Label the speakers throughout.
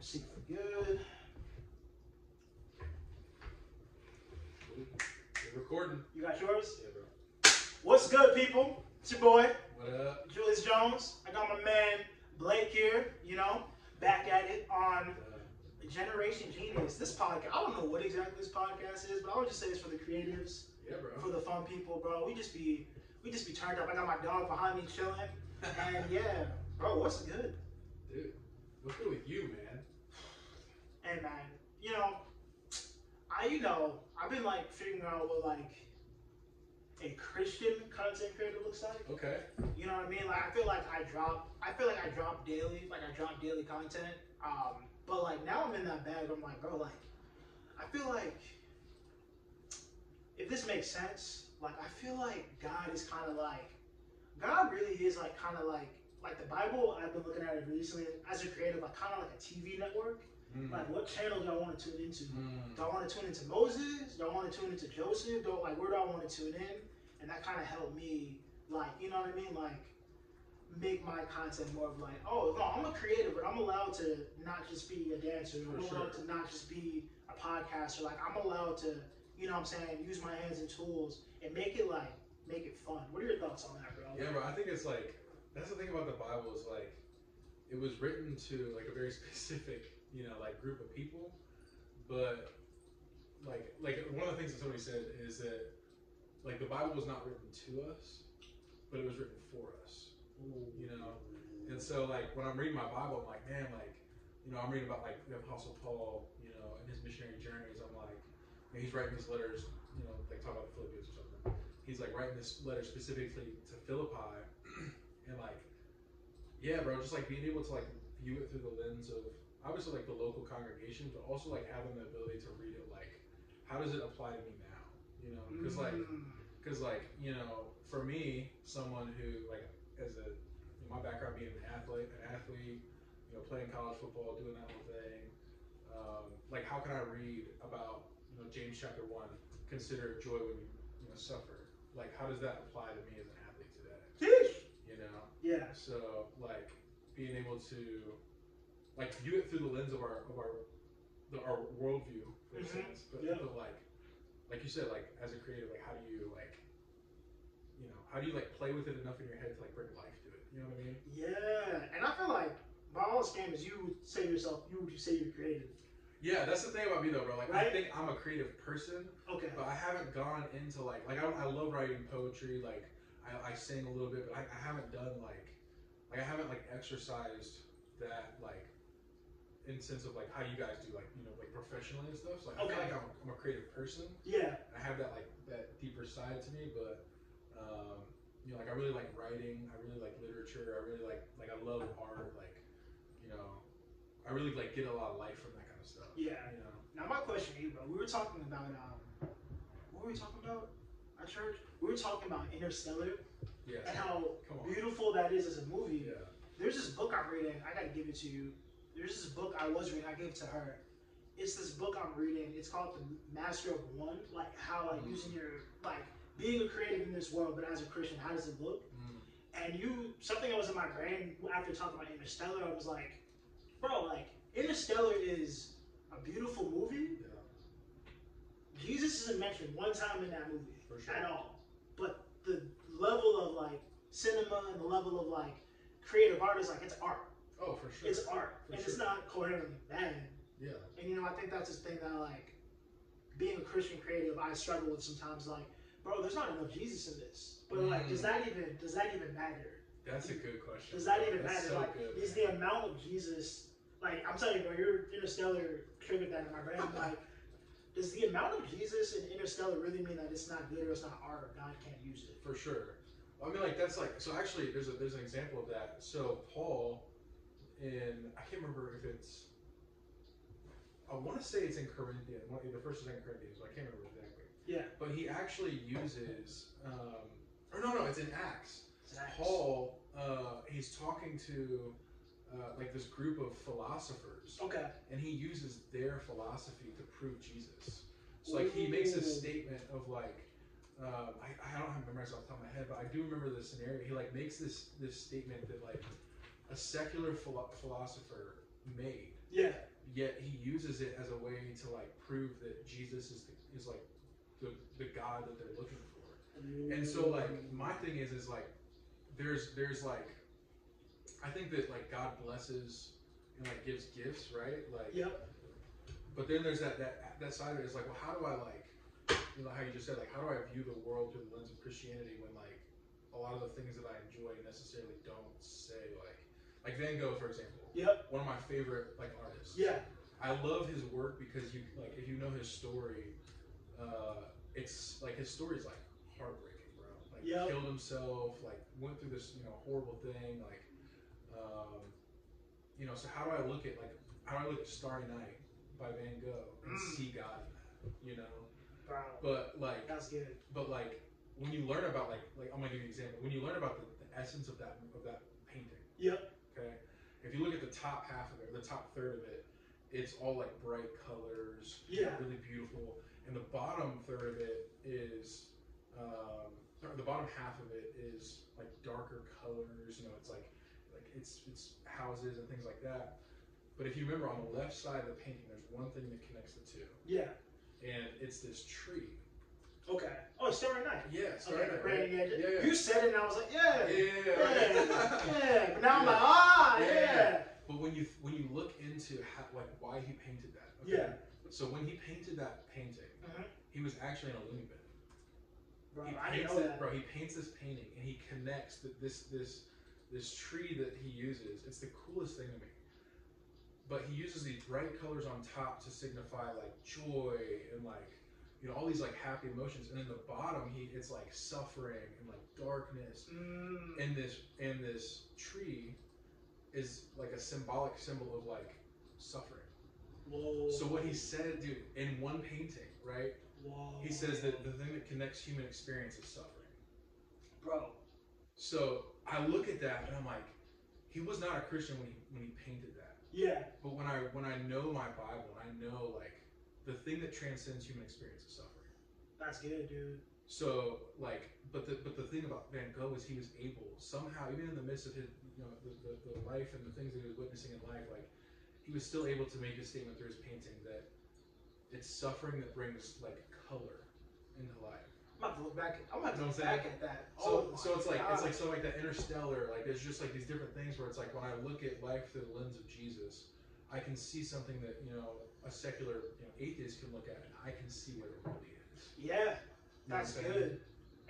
Speaker 1: See for good.
Speaker 2: We're recording.
Speaker 1: You got yours? What's good, people? It's your boy,
Speaker 2: What up?
Speaker 1: Julius Jones. I got my man Blake here, you know, back at it
Speaker 2: Uh,
Speaker 1: on Generation Genius. This podcast, I don't know what exactly this podcast is, but I would just say it's for the creatives,
Speaker 2: yeah,
Speaker 1: for the fun people, bro. We just be we just be turned up. I got my dog behind me chilling. And yeah, bro, what's good?
Speaker 2: Dude, what's good with you, man?
Speaker 1: And man, you know, I you know, I've been like figuring out what like a Christian content creator looks like.
Speaker 2: Okay.
Speaker 1: You know what I mean? Like I feel like I drop I feel like I drop daily, like I drop daily content. Um, but like now I'm in that bag, I'm like, bro, like I feel like if this makes sense, like I feel like God is kinda like God really is like kinda like like the Bible I've been looking at it recently as a creative, like kinda like a TV network.
Speaker 2: Hmm.
Speaker 1: Like what channel do I want to tune into?
Speaker 2: Mm.
Speaker 1: Do I want to tune into Moses? Do I want to tune into Joseph? Do like where do I want to tune in? And that kind of helped me, like you know what I mean, like make my content more of like, oh no, I'm a creative, but I'm allowed to not just be a dancer. I'm
Speaker 2: For
Speaker 1: allowed
Speaker 2: sure.
Speaker 1: to not just be a podcaster. Like I'm allowed to, you know what I'm saying, use my hands and tools and make it like make it fun. What are your thoughts on that, bro?
Speaker 2: Yeah, bro. I think it's like that's the thing about the Bible is like it was written to like a very specific, you know, like group of people, but like like one of the things that somebody said is that like the Bible was not written to us, but it was written for us. You know, And so, like, when I'm reading my Bible, I'm like, man, like, you know, I'm reading about, like, the Apostle Paul, you know, and his missionary journeys. I'm like, you know, he's writing these letters, you know, like, talk about the Philippians or something. He's, like, writing this letter specifically to Philippi. and, like, yeah, bro, just, like, being able to, like, view it through the lens of, obviously, like, the local congregation, but also, like, having the ability to read it, like, how does it apply to me now? You know, because, like,
Speaker 1: Mm.
Speaker 2: because like you know for me someone who like as a in my background being an athlete an athlete you know playing college football doing that whole thing um, like how can i read about you know james chapter one consider it joy when you you know suffer like how does that apply to me as an athlete today
Speaker 1: Sheesh.
Speaker 2: you know
Speaker 1: yeah,
Speaker 2: so like being able to like view it through the lens of our of our the, our worldview in a
Speaker 1: Mhm.
Speaker 2: sense, but,
Speaker 1: Yeah.
Speaker 2: but, like like you said, like as a creative, like how do you like you know how do you like play with it enough in your head to like bring life to it? You know what I mean?
Speaker 1: yeah. And I feel like by all standards, you would say yourself, you would say you're creative.
Speaker 2: Yeah, that's the thing about me though, bro. Like I
Speaker 1: Right?
Speaker 2: think I'm a creative person,
Speaker 1: Okay.
Speaker 2: but I haven't gone into like like I, I love writing poetry. Like I, I sing a little bit, but I, I haven't done like like I haven't like exercised that like in sense of like how you guys do like you know like professionally and stuff. So like, I
Speaker 1: Okay.
Speaker 2: feel like I'm, I'm a creative person.
Speaker 1: Yeah.
Speaker 2: I have that like that deeper side to me, but um, you know like I really like writing. I really like literature. I really like like I love art. Like you know I really like get a lot of life from that kind of stuff.
Speaker 1: Yeah.
Speaker 2: You know.
Speaker 1: Now my question to you, bro. We were talking about um, what were we talking about? Our church. We were talking about Interstellar and
Speaker 2: Yeah.
Speaker 1: how
Speaker 2: Come on.
Speaker 1: beautiful that is as a movie.
Speaker 2: Yeah.
Speaker 1: There's this book I'm reading. I gotta give it to you. There's this book I was reading. I gave to her. It's this book I'm reading. It's called The Master of One. Like how like
Speaker 2: Mhm.
Speaker 1: using your like being a creative in this world, but as a Christian, how does it look?
Speaker 2: Mm.
Speaker 1: and you something that was in my brain after talking about Interstellar, I was like, bro, like Interstellar is a beautiful movie.
Speaker 2: Yeah.
Speaker 1: Jesus isn't mentioned one time in that movie
Speaker 2: For sure.
Speaker 1: at all. But the level of like cinema and the level of like creative art is like it's art.
Speaker 2: Oh, for sure.
Speaker 1: It's art,
Speaker 2: For
Speaker 1: and
Speaker 2: sure.
Speaker 1: it's not coherently bad.
Speaker 2: yeah.
Speaker 1: And you know, I think that's the thing that like being a Christian creative, I struggle with sometimes. Like, bro, there's not enough Jesus in this. But like, does
Speaker 2: Mm.
Speaker 1: that even does that even matter?
Speaker 2: That's a good question.
Speaker 1: Does that even
Speaker 2: That's
Speaker 1: matter?
Speaker 2: so
Speaker 1: like,
Speaker 2: good,
Speaker 1: is
Speaker 2: man.
Speaker 1: the amount of Jesus like I'm telling you, bro, your interstellar triggered that in my brain. Like, does the amount of Jesus in Interstellar really mean that it's not good or it's not art or God can't use it?
Speaker 2: for sure. I mean, like that's like so. Actually, there's a there's an example of that. So Paul, in I can't remember if it's. I want to say it's in Corinthians, one- the first or second Corinthians, but I can't remember exactly.
Speaker 1: Yeah.
Speaker 2: But he actually uses, um, or no, no, it's in Acts.
Speaker 1: It's an act.
Speaker 2: Paul, uh, he's talking to uh, like this group of philosophers,
Speaker 1: Okay.
Speaker 2: and he uses their philosophy to prove Jesus. So like he makes
Speaker 1: Ooh.
Speaker 2: this statement of like, um, I, I don't have memorized off the top of my head, but I do remember the scenario. He like makes this this statement that like a secular philo- philosopher made,
Speaker 1: Yeah.
Speaker 2: yet he uses it as a way to like prove that Jesus is the, is like the, the God that they're looking for. And so like my thing is is like there's there's like I think that like God blesses and like gives gifts, right? Like
Speaker 1: Yep.
Speaker 2: but then there's that that that side of it is like, well, how do I like, you know, how you just said, like, how do I view the world through the lens of Christianity when like a lot of the things that I enjoy necessarily don't say like, like Van Gogh, for example.
Speaker 1: Yep.
Speaker 2: One of my favorite like artists.
Speaker 1: Yeah.
Speaker 2: I love his work because you like if you know his story, uh, it's like his story's like heartbreaking, bro. Like
Speaker 1: Yep.
Speaker 2: killed himself, like went through this you know horrible thing, like, um, you know. So how do I look at like how do I look at Starry Night by Van Gogh and
Speaker 1: Mm.
Speaker 2: see God in that, you know?
Speaker 1: Wow.
Speaker 2: But like,
Speaker 1: That's good.
Speaker 2: but like when you learn about like like I'm gonna give you an example. When you learn about the, the essence of that of that painting.
Speaker 1: Yep.
Speaker 2: Okay. If you look at the top half of it, the top third of it, it's all like bright colors,
Speaker 1: Yeah.
Speaker 2: really beautiful. And the bottom third of it is, um, or the bottom half of it is like darker colors. You know, it's like, like it's it's houses and things like that. But if you remember on the left side of the painting, there's one thing that connects the two,
Speaker 1: Yeah.
Speaker 2: and it's this tree.
Speaker 1: Okay. Oh, it's Starry Night.
Speaker 2: Yeah, it's
Speaker 1: Okay,
Speaker 2: right there,
Speaker 1: right,
Speaker 2: right?
Speaker 1: yeah,
Speaker 2: Yeah, yeah.
Speaker 1: You said it, and I was like, yeah,
Speaker 2: Yeah,
Speaker 1: yeah,
Speaker 2: yeah, yeah, right.
Speaker 1: yeah. But now I'm
Speaker 2: Yeah.
Speaker 1: like, ah,
Speaker 2: Yeah,
Speaker 1: yeah.
Speaker 2: yeah. But when you when you look into how, like why he painted that,
Speaker 1: Yeah.
Speaker 2: So when he painted that painting,
Speaker 1: Mhm.
Speaker 2: he was actually in a loony bin.
Speaker 1: Bro,
Speaker 2: he
Speaker 1: I didn't
Speaker 2: paints
Speaker 1: know
Speaker 2: it-
Speaker 1: that.
Speaker 2: bro. He paints this painting and he connects that this this this tree that he uses. It's the coolest thing to me. But he uses these bright colors on top to signify like joy and like you know all these like happy emotions, and in the bottom he it's like suffering and like darkness
Speaker 1: Mm,
Speaker 2: and this and this tree is like a symbolic symbol of like suffering.
Speaker 1: whoa.
Speaker 2: So what he said, dude, in one painting, right?
Speaker 1: Whoa.
Speaker 2: He says that the thing that connects human experience is suffering.
Speaker 1: bro.
Speaker 2: So I look at that and I'm like, he was not a Christian when he when he painted that.
Speaker 1: Yeah.
Speaker 2: But when I when I know my Bible and I know like the thing that transcends human experience is suffering.
Speaker 1: That's good, dude.
Speaker 2: So like, but the but the thing about Van Gogh is he was able somehow, even in the midst of his you know the, the, the life and the things that he was witnessing in life, like he was still able to make a statement through his painting that it's suffering that brings like color into life.
Speaker 1: I'm about to look back. At, I'm about to
Speaker 2: You know
Speaker 1: look
Speaker 2: what I'm
Speaker 1: back at that.
Speaker 2: So
Speaker 1: oh
Speaker 2: so
Speaker 1: my
Speaker 2: it's like it's
Speaker 1: God.
Speaker 2: like so like that interstellar like there's just like these different things where it's like when I look at life through the lens of Jesus, I can see something that you know a secular you know, atheist can look at and I can see what it really is.
Speaker 1: yeah,
Speaker 2: You know what I'm
Speaker 1: that's
Speaker 2: saying?
Speaker 1: good.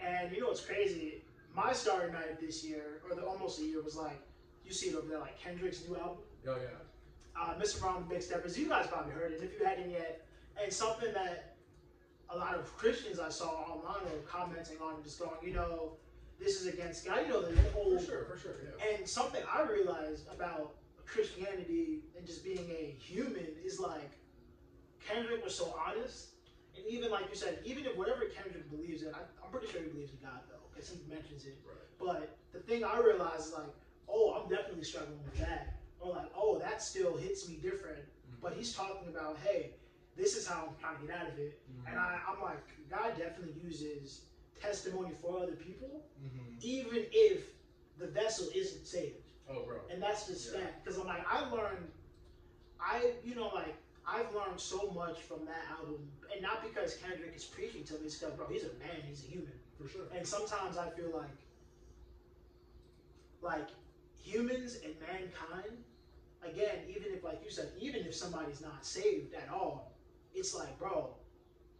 Speaker 1: And you know what's crazy? My Starry Night this year, or the almost a year, was like you see it over there, like Kendrick's new album.
Speaker 2: Oh yeah.
Speaker 1: uh, Mr. Brown Big Steppers. You guys probably heard it if you hadn't yet. And something that a lot of Christians I saw online were commenting on and just going, you know, this is against God. You know, the whole.
Speaker 2: For sure, for sure, yeah.
Speaker 1: And something I realized about Christianity and just being a human is like Kendrick was so honest. And even like you said, even if whatever Kendrick believes in, I, I'm pretty sure he believes in God though, because he mentions it.
Speaker 2: Right.
Speaker 1: But the thing I realized is like, oh, I'm definitely struggling with that. Or like, oh, that still hits me different. But he's talking about, hey, this is how I'm trying to get out of it.
Speaker 2: Mm-hmm.
Speaker 1: And I, I'm like, God definitely uses testimony for other people,
Speaker 2: Mm-hmm.
Speaker 1: even if the vessel isn't saved.
Speaker 2: Oh, bro.
Speaker 1: And that's just
Speaker 2: Yeah.
Speaker 1: that. Because I'm like, I learned, I, you know, like, I've learned so much from that album. And not because Kendrick is preaching to me, it's because, bro, he's a man, he's a human.
Speaker 2: For sure.
Speaker 1: And sometimes I feel like, like humans and mankind, again, even if like you said, even if somebody's not saved at all, it's like, bro,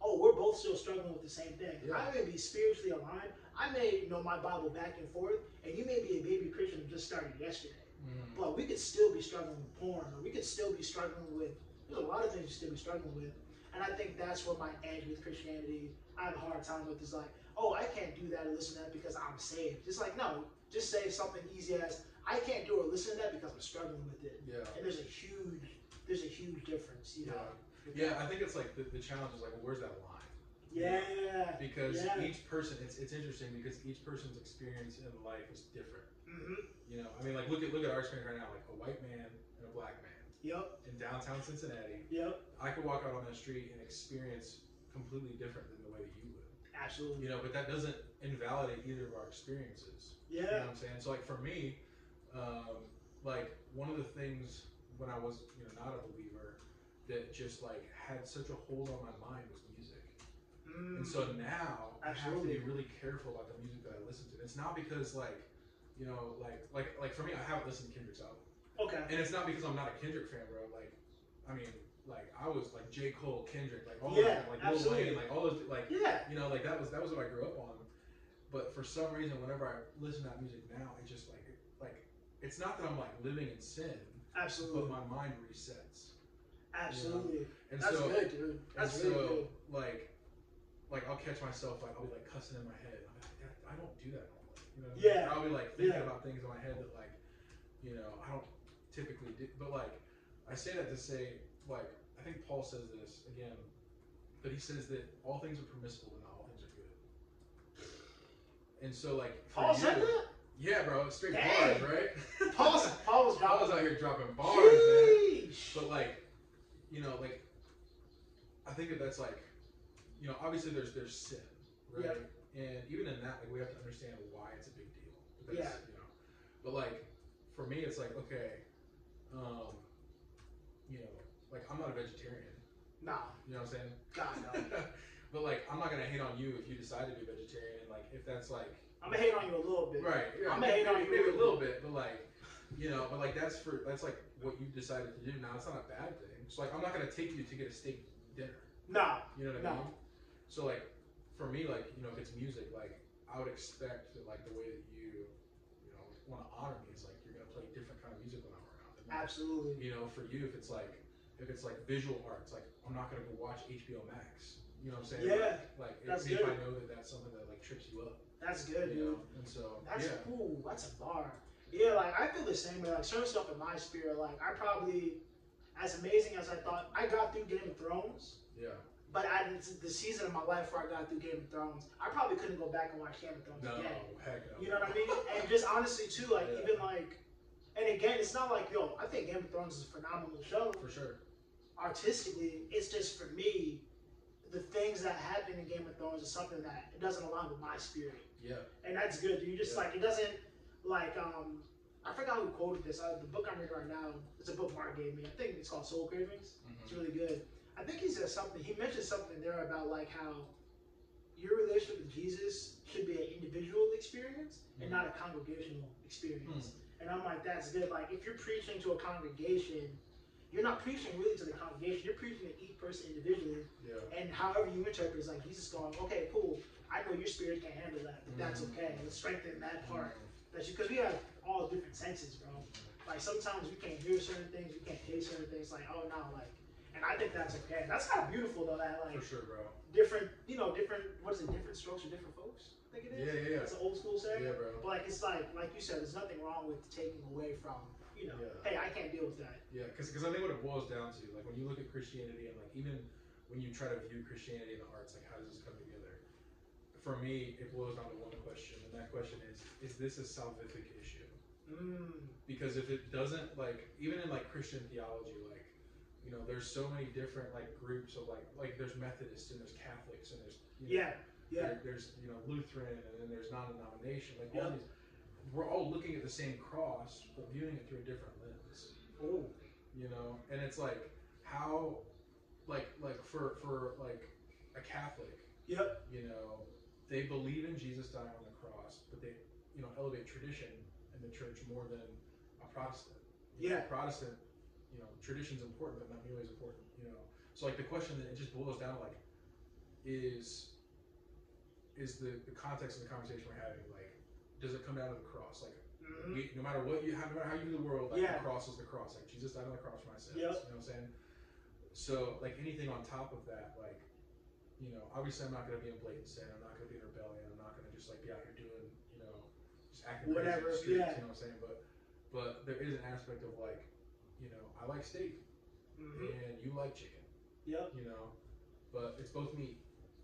Speaker 1: oh, we're both still struggling with the same thing.
Speaker 2: Yeah.
Speaker 1: I may be spiritually aligned. I may know my Bible back and forth, and you may be a baby Christian who just started yesterday.
Speaker 2: Mhm.
Speaker 1: But we could still be struggling with porn, or we could still be struggling with. There's a lot of things you still be struggling with, and I think that's where my edge with Christianity, I have a hard time with. Is like, oh, I can't do that or listen to that because I'm saved. It's like, no, just say something easy as I can't do or listen to that because I'm struggling with it.
Speaker 2: Yeah.
Speaker 1: And there's a huge, there's a huge difference, you know.
Speaker 2: Yeah, I think it's like the, the challenge is like, well, where's that line?
Speaker 1: Yeah.
Speaker 2: Because
Speaker 1: Yeah.
Speaker 2: each person, it's, it's interesting because each person's experience in life is different.
Speaker 1: hmm
Speaker 2: You know, I mean, like look at look at our experience right now, like a white man and a black man
Speaker 1: Yep.
Speaker 2: in downtown Cincinnati.
Speaker 1: Yep.
Speaker 2: I could walk out on that street and experience completely different than the way that you would.
Speaker 1: Absolutely.
Speaker 2: You know, but that doesn't invalidate either of our experiences.
Speaker 1: Yeah.
Speaker 2: You know what I'm saying? So like for me, um, like one of the things when I was you know not a believer that just like had such a hold on my mind was music.
Speaker 1: Mm,
Speaker 2: And so now I have to be
Speaker 1: Absolutely.
Speaker 2: really careful about the music that I listen to. It's not because like, you know, like like like for me, I haven't listened to Kendrick's album,
Speaker 1: okay.
Speaker 2: and it's not because I'm not a Kendrick fan, bro. Like, I mean, like I was like J Cole, Kendrick, like all
Speaker 1: Yeah,
Speaker 2: of them, like
Speaker 1: absolutely.
Speaker 2: Lil Wayne, like all those, like
Speaker 1: Yeah.
Speaker 2: you know, like that was that was what I grew up on. But for some reason, whenever I listen to that music now, it just like like it's not that I'm like living in sin, but
Speaker 1: Absolutely.
Speaker 2: my mind resets.
Speaker 1: Absolutely.
Speaker 2: And
Speaker 1: That's
Speaker 2: so
Speaker 1: good, dude.
Speaker 2: and
Speaker 1: That's
Speaker 2: so,
Speaker 1: really good.
Speaker 2: like, like I'll catch myself like I'll be like cussing in my head. I'm like, "That- I don't do that normally. You know, what I mean?
Speaker 1: Yeah.
Speaker 2: Or I'll be like thinking
Speaker 1: Yeah.
Speaker 2: about things in my head that like, you know, I don't typically do. But like, I say that to say like I think Paul says this again, but he says that all things are permissible and not all things are good. And so like, for
Speaker 1: Paul
Speaker 2: you-
Speaker 1: said that?
Speaker 2: Yeah, bro, straight
Speaker 1: Dang.
Speaker 2: bars, right?
Speaker 1: Paul, s- Paul was
Speaker 2: Paul
Speaker 1: dropping
Speaker 2: was out here dropping bars, man.
Speaker 1: Sheesh.
Speaker 2: But like, you know, like I think that that's like, you know, obviously there's there's sin, right? And even in that, like we have to understand why it's a big deal. Because,
Speaker 1: Yeah.
Speaker 2: You know, but like for me, it's like okay, um, you know, like I'm not a vegetarian.
Speaker 1: Nah,
Speaker 2: You know what I'm saying?
Speaker 1: God, no.
Speaker 2: but like I'm not gonna hate on you if you decide to be vegetarian. And like if that's like
Speaker 1: I'm gonna hate on you a little bit.
Speaker 2: Right. Yeah,
Speaker 1: I'm gonna
Speaker 2: maybe,
Speaker 1: hate on you a
Speaker 2: maybe a little bit, but like, you know, but like that's for that's like what you decided to do. Now it's not a bad thing. It's like I'm not gonna take you to get a steak dinner.
Speaker 1: Nah,
Speaker 2: You know what
Speaker 1: No.
Speaker 2: I mean? So like, for me, like you know, if it's music, like I would expect that like the way that you, you know, want to honor me is like you're gonna play different kind of music when I'm around. And, like,
Speaker 1: absolutely.
Speaker 2: You know, for you, if it's like if it's like visual arts, like I'm not gonna go watch HBO Max. You know what I'm saying?
Speaker 1: Yeah,
Speaker 2: Like, like
Speaker 1: that's
Speaker 2: if, if I
Speaker 1: good.
Speaker 2: know that that's something that like trips you up.
Speaker 1: That's good,
Speaker 2: You
Speaker 1: dude.
Speaker 2: know, and so
Speaker 1: That's
Speaker 2: yeah.
Speaker 1: cool. That's a bar. Yeah, like I feel the same way. Like certain stuff in my spirit, like I probably, as amazing as I thought, I got through Game of Thrones.
Speaker 2: Yeah.
Speaker 1: But I, the season of my life where I got through Game of Thrones, I probably couldn't go back and watch Game of Thrones
Speaker 2: No,
Speaker 1: again.
Speaker 2: heck no.
Speaker 1: You know what I mean? And just honestly too, like
Speaker 2: Yeah.
Speaker 1: even like, and again, it's not like yo. I think Game of Thrones is a phenomenal show
Speaker 2: For sure.
Speaker 1: artistically. It's just for me, the things that happen in Game of Thrones is something that it doesn't align with my spirit,
Speaker 2: Yeah.
Speaker 1: and that's good. You just
Speaker 2: Yeah.
Speaker 1: like it doesn't like um. I forgot who quoted this. Uh, the book I'm reading right now, it's a book Mark gave me. I think it's called Soul Cravings. It's really good. I think he said something. He mentioned something there about like how your relationship with Jesus should be an individual experience and
Speaker 2: Mhm.
Speaker 1: not a congregational experience. And I'm like, that's good. Like if you're preaching to a congregation, you're not preaching really to the congregation. You're preaching to each person individually.
Speaker 2: Yeah.
Speaker 1: And however you interpret, it's like Jesus going, okay, cool. I know your spirit can handle that, but that's
Speaker 2: Mhm.
Speaker 1: okay. Let's strengthen that part. That's because we have all different senses, bro
Speaker 2: Mm-hmm.
Speaker 1: like sometimes we can't hear certain things, we can't taste certain things. Like, oh no, like, and I think that's okay. That's kind of beautiful though. That like
Speaker 2: For sure, bro.
Speaker 1: different, you know, different. What is it? Different strokes for different folks. I think it
Speaker 2: Yeah,
Speaker 1: is.
Speaker 2: yeah,
Speaker 1: It's an old school
Speaker 2: yeah.
Speaker 1: saying.
Speaker 2: Yeah, bro.
Speaker 1: But like, it's like like you said, there's nothing wrong with taking away from you know.
Speaker 2: Yeah.
Speaker 1: Hey, I can't deal with that.
Speaker 2: Yeah, because I think what it boils down to, like when you look at Christianity and like even when you try to view Christianity and the arts, like how does this come together? For me, it boils down to one question, and that question is: Is this a salvific issue?
Speaker 1: Mm,
Speaker 2: because if it doesn't like even in like christian theology like you know there's so many different like groups of like like there's methodists and there's catholics and there's you know,
Speaker 1: Yeah, yeah.
Speaker 2: there- there's you know lutheran and then there's non-denomination like all
Speaker 1: Yeah.
Speaker 2: these we're all looking at the same cross but viewing it through a different lens
Speaker 1: oh,
Speaker 2: you know and it's like how like like for for like a catholic
Speaker 1: Yep.
Speaker 2: you know they believe in jesus dying on the cross but they you know elevate tradition in the church more than a protestant You know,
Speaker 1: Yeah.
Speaker 2: protestant you know tradition's important but not nearly as important you know so like the question that it just boils down to like is is the, the context of the conversation we're having like does it come down to the cross like
Speaker 1: mm,
Speaker 2: we, no matter what you, how, no matter how you view the world, like
Speaker 1: Yeah.
Speaker 2: the cross is the cross. Like Jesus died on the cross for my sins.
Speaker 1: Yep.
Speaker 2: You know what I'm saying? So like anything on top of that, like you know, obviously I'm not gonna be in blatant sin. I'm not gonna be in rebellion. I'm not gonna just like be out here doing you know just acting crazy in
Speaker 1: Whatever,
Speaker 2: the streets,
Speaker 1: yeah.
Speaker 2: You know what I'm saying? But but there is an aspect of like you know I like steak
Speaker 1: mhm.
Speaker 2: and you like chicken.
Speaker 1: Yep.
Speaker 2: You know, but it's both meat.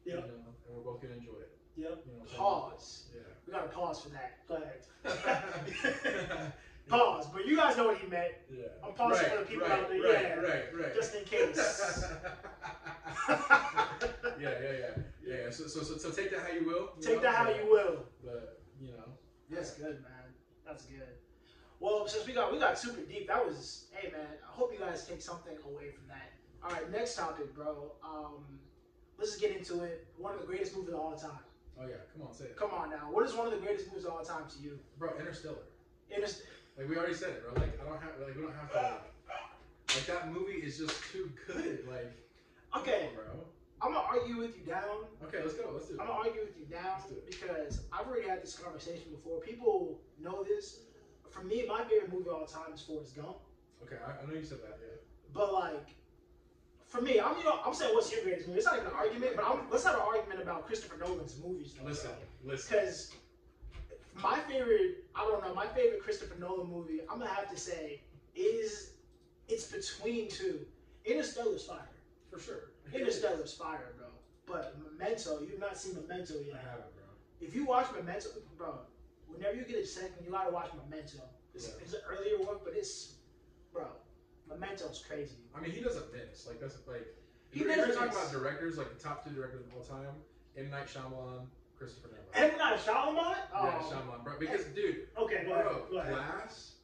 Speaker 1: Yep.
Speaker 2: You know, and we're both gonna enjoy it.
Speaker 1: Yep.
Speaker 2: You know. what I'm saying?
Speaker 1: Pause.
Speaker 2: Yeah.
Speaker 1: We gotta pause for that. Go ahead.
Speaker 2: Yeah.
Speaker 1: Pause. But you guys know what he meant,
Speaker 2: Yeah.
Speaker 1: I'm pausing for the people
Speaker 2: right,
Speaker 1: out there,
Speaker 2: Right,
Speaker 1: yeah.
Speaker 2: right, right.
Speaker 1: just in case.
Speaker 2: yeah, yeah, yeah, yeah. yeah. So, so, so, so take that how you will. you
Speaker 1: Take
Speaker 2: know?
Speaker 1: that how you will.
Speaker 2: But you know,
Speaker 1: That's good, man. That's good. Well, since we got we got super deep, that was hey man. I hope you guys take something away from that. All right, next topic, bro. Um, let's just get into it. One of the greatest movies of all time.
Speaker 2: Oh yeah, come on, say it,
Speaker 1: Come on now. What is one of the greatest movies of all time to you?
Speaker 2: bro. Interstellar.
Speaker 1: It is
Speaker 2: Like we already said it, bro. Like I don't have like we don't have to. Like, like that movie is just too good. Like come
Speaker 1: okay.
Speaker 2: on, bro.
Speaker 1: I'm gonna argue with you down.
Speaker 2: Okay, let's go. Let's do it.
Speaker 1: I'm gonna argue with you down
Speaker 2: Let's do it.
Speaker 1: because I've already had this conversation before. People know this. For me, my favorite movie of all time is Forrest Gump.
Speaker 2: Okay, I, I know you said that. Yeah.
Speaker 1: But like, for me, I'm you know I'm saying what's your greatest movie? It's not even an argument, but I'm, let's have an argument about Christopher Nolan's movies. though,
Speaker 2: Listen, listen.
Speaker 1: because my favorite, I don't know, my favorite Christopher Nolan movie, I'm gonna have to say is it's between two. Interstellar's fire.
Speaker 2: For sure.
Speaker 1: Interstellar's fire, bro. But Memento, you've not seen Memento
Speaker 2: I
Speaker 1: yet.
Speaker 2: haven't, bro.
Speaker 1: If you watch Memento, bro, whenever you get a second, you gotta watch Memento. It's,
Speaker 2: Yeah.
Speaker 1: it's an earlier one, but it's, bro, Memento's crazy.
Speaker 2: I mean, he doesn't miss. Like that's like.
Speaker 1: He
Speaker 2: If you're- if
Speaker 1: doesn't
Speaker 2: you're talking
Speaker 1: miss.
Speaker 2: about directors, like the top two directors of all time, M Night Shyamalan, Christopher Nolan.
Speaker 1: And not Shyamalan?
Speaker 2: yeah,
Speaker 1: Oh,
Speaker 2: Shyamalan, bro. Because dude,
Speaker 1: okay, go ahead,
Speaker 2: bro,
Speaker 1: go ahead.
Speaker 2: Glass.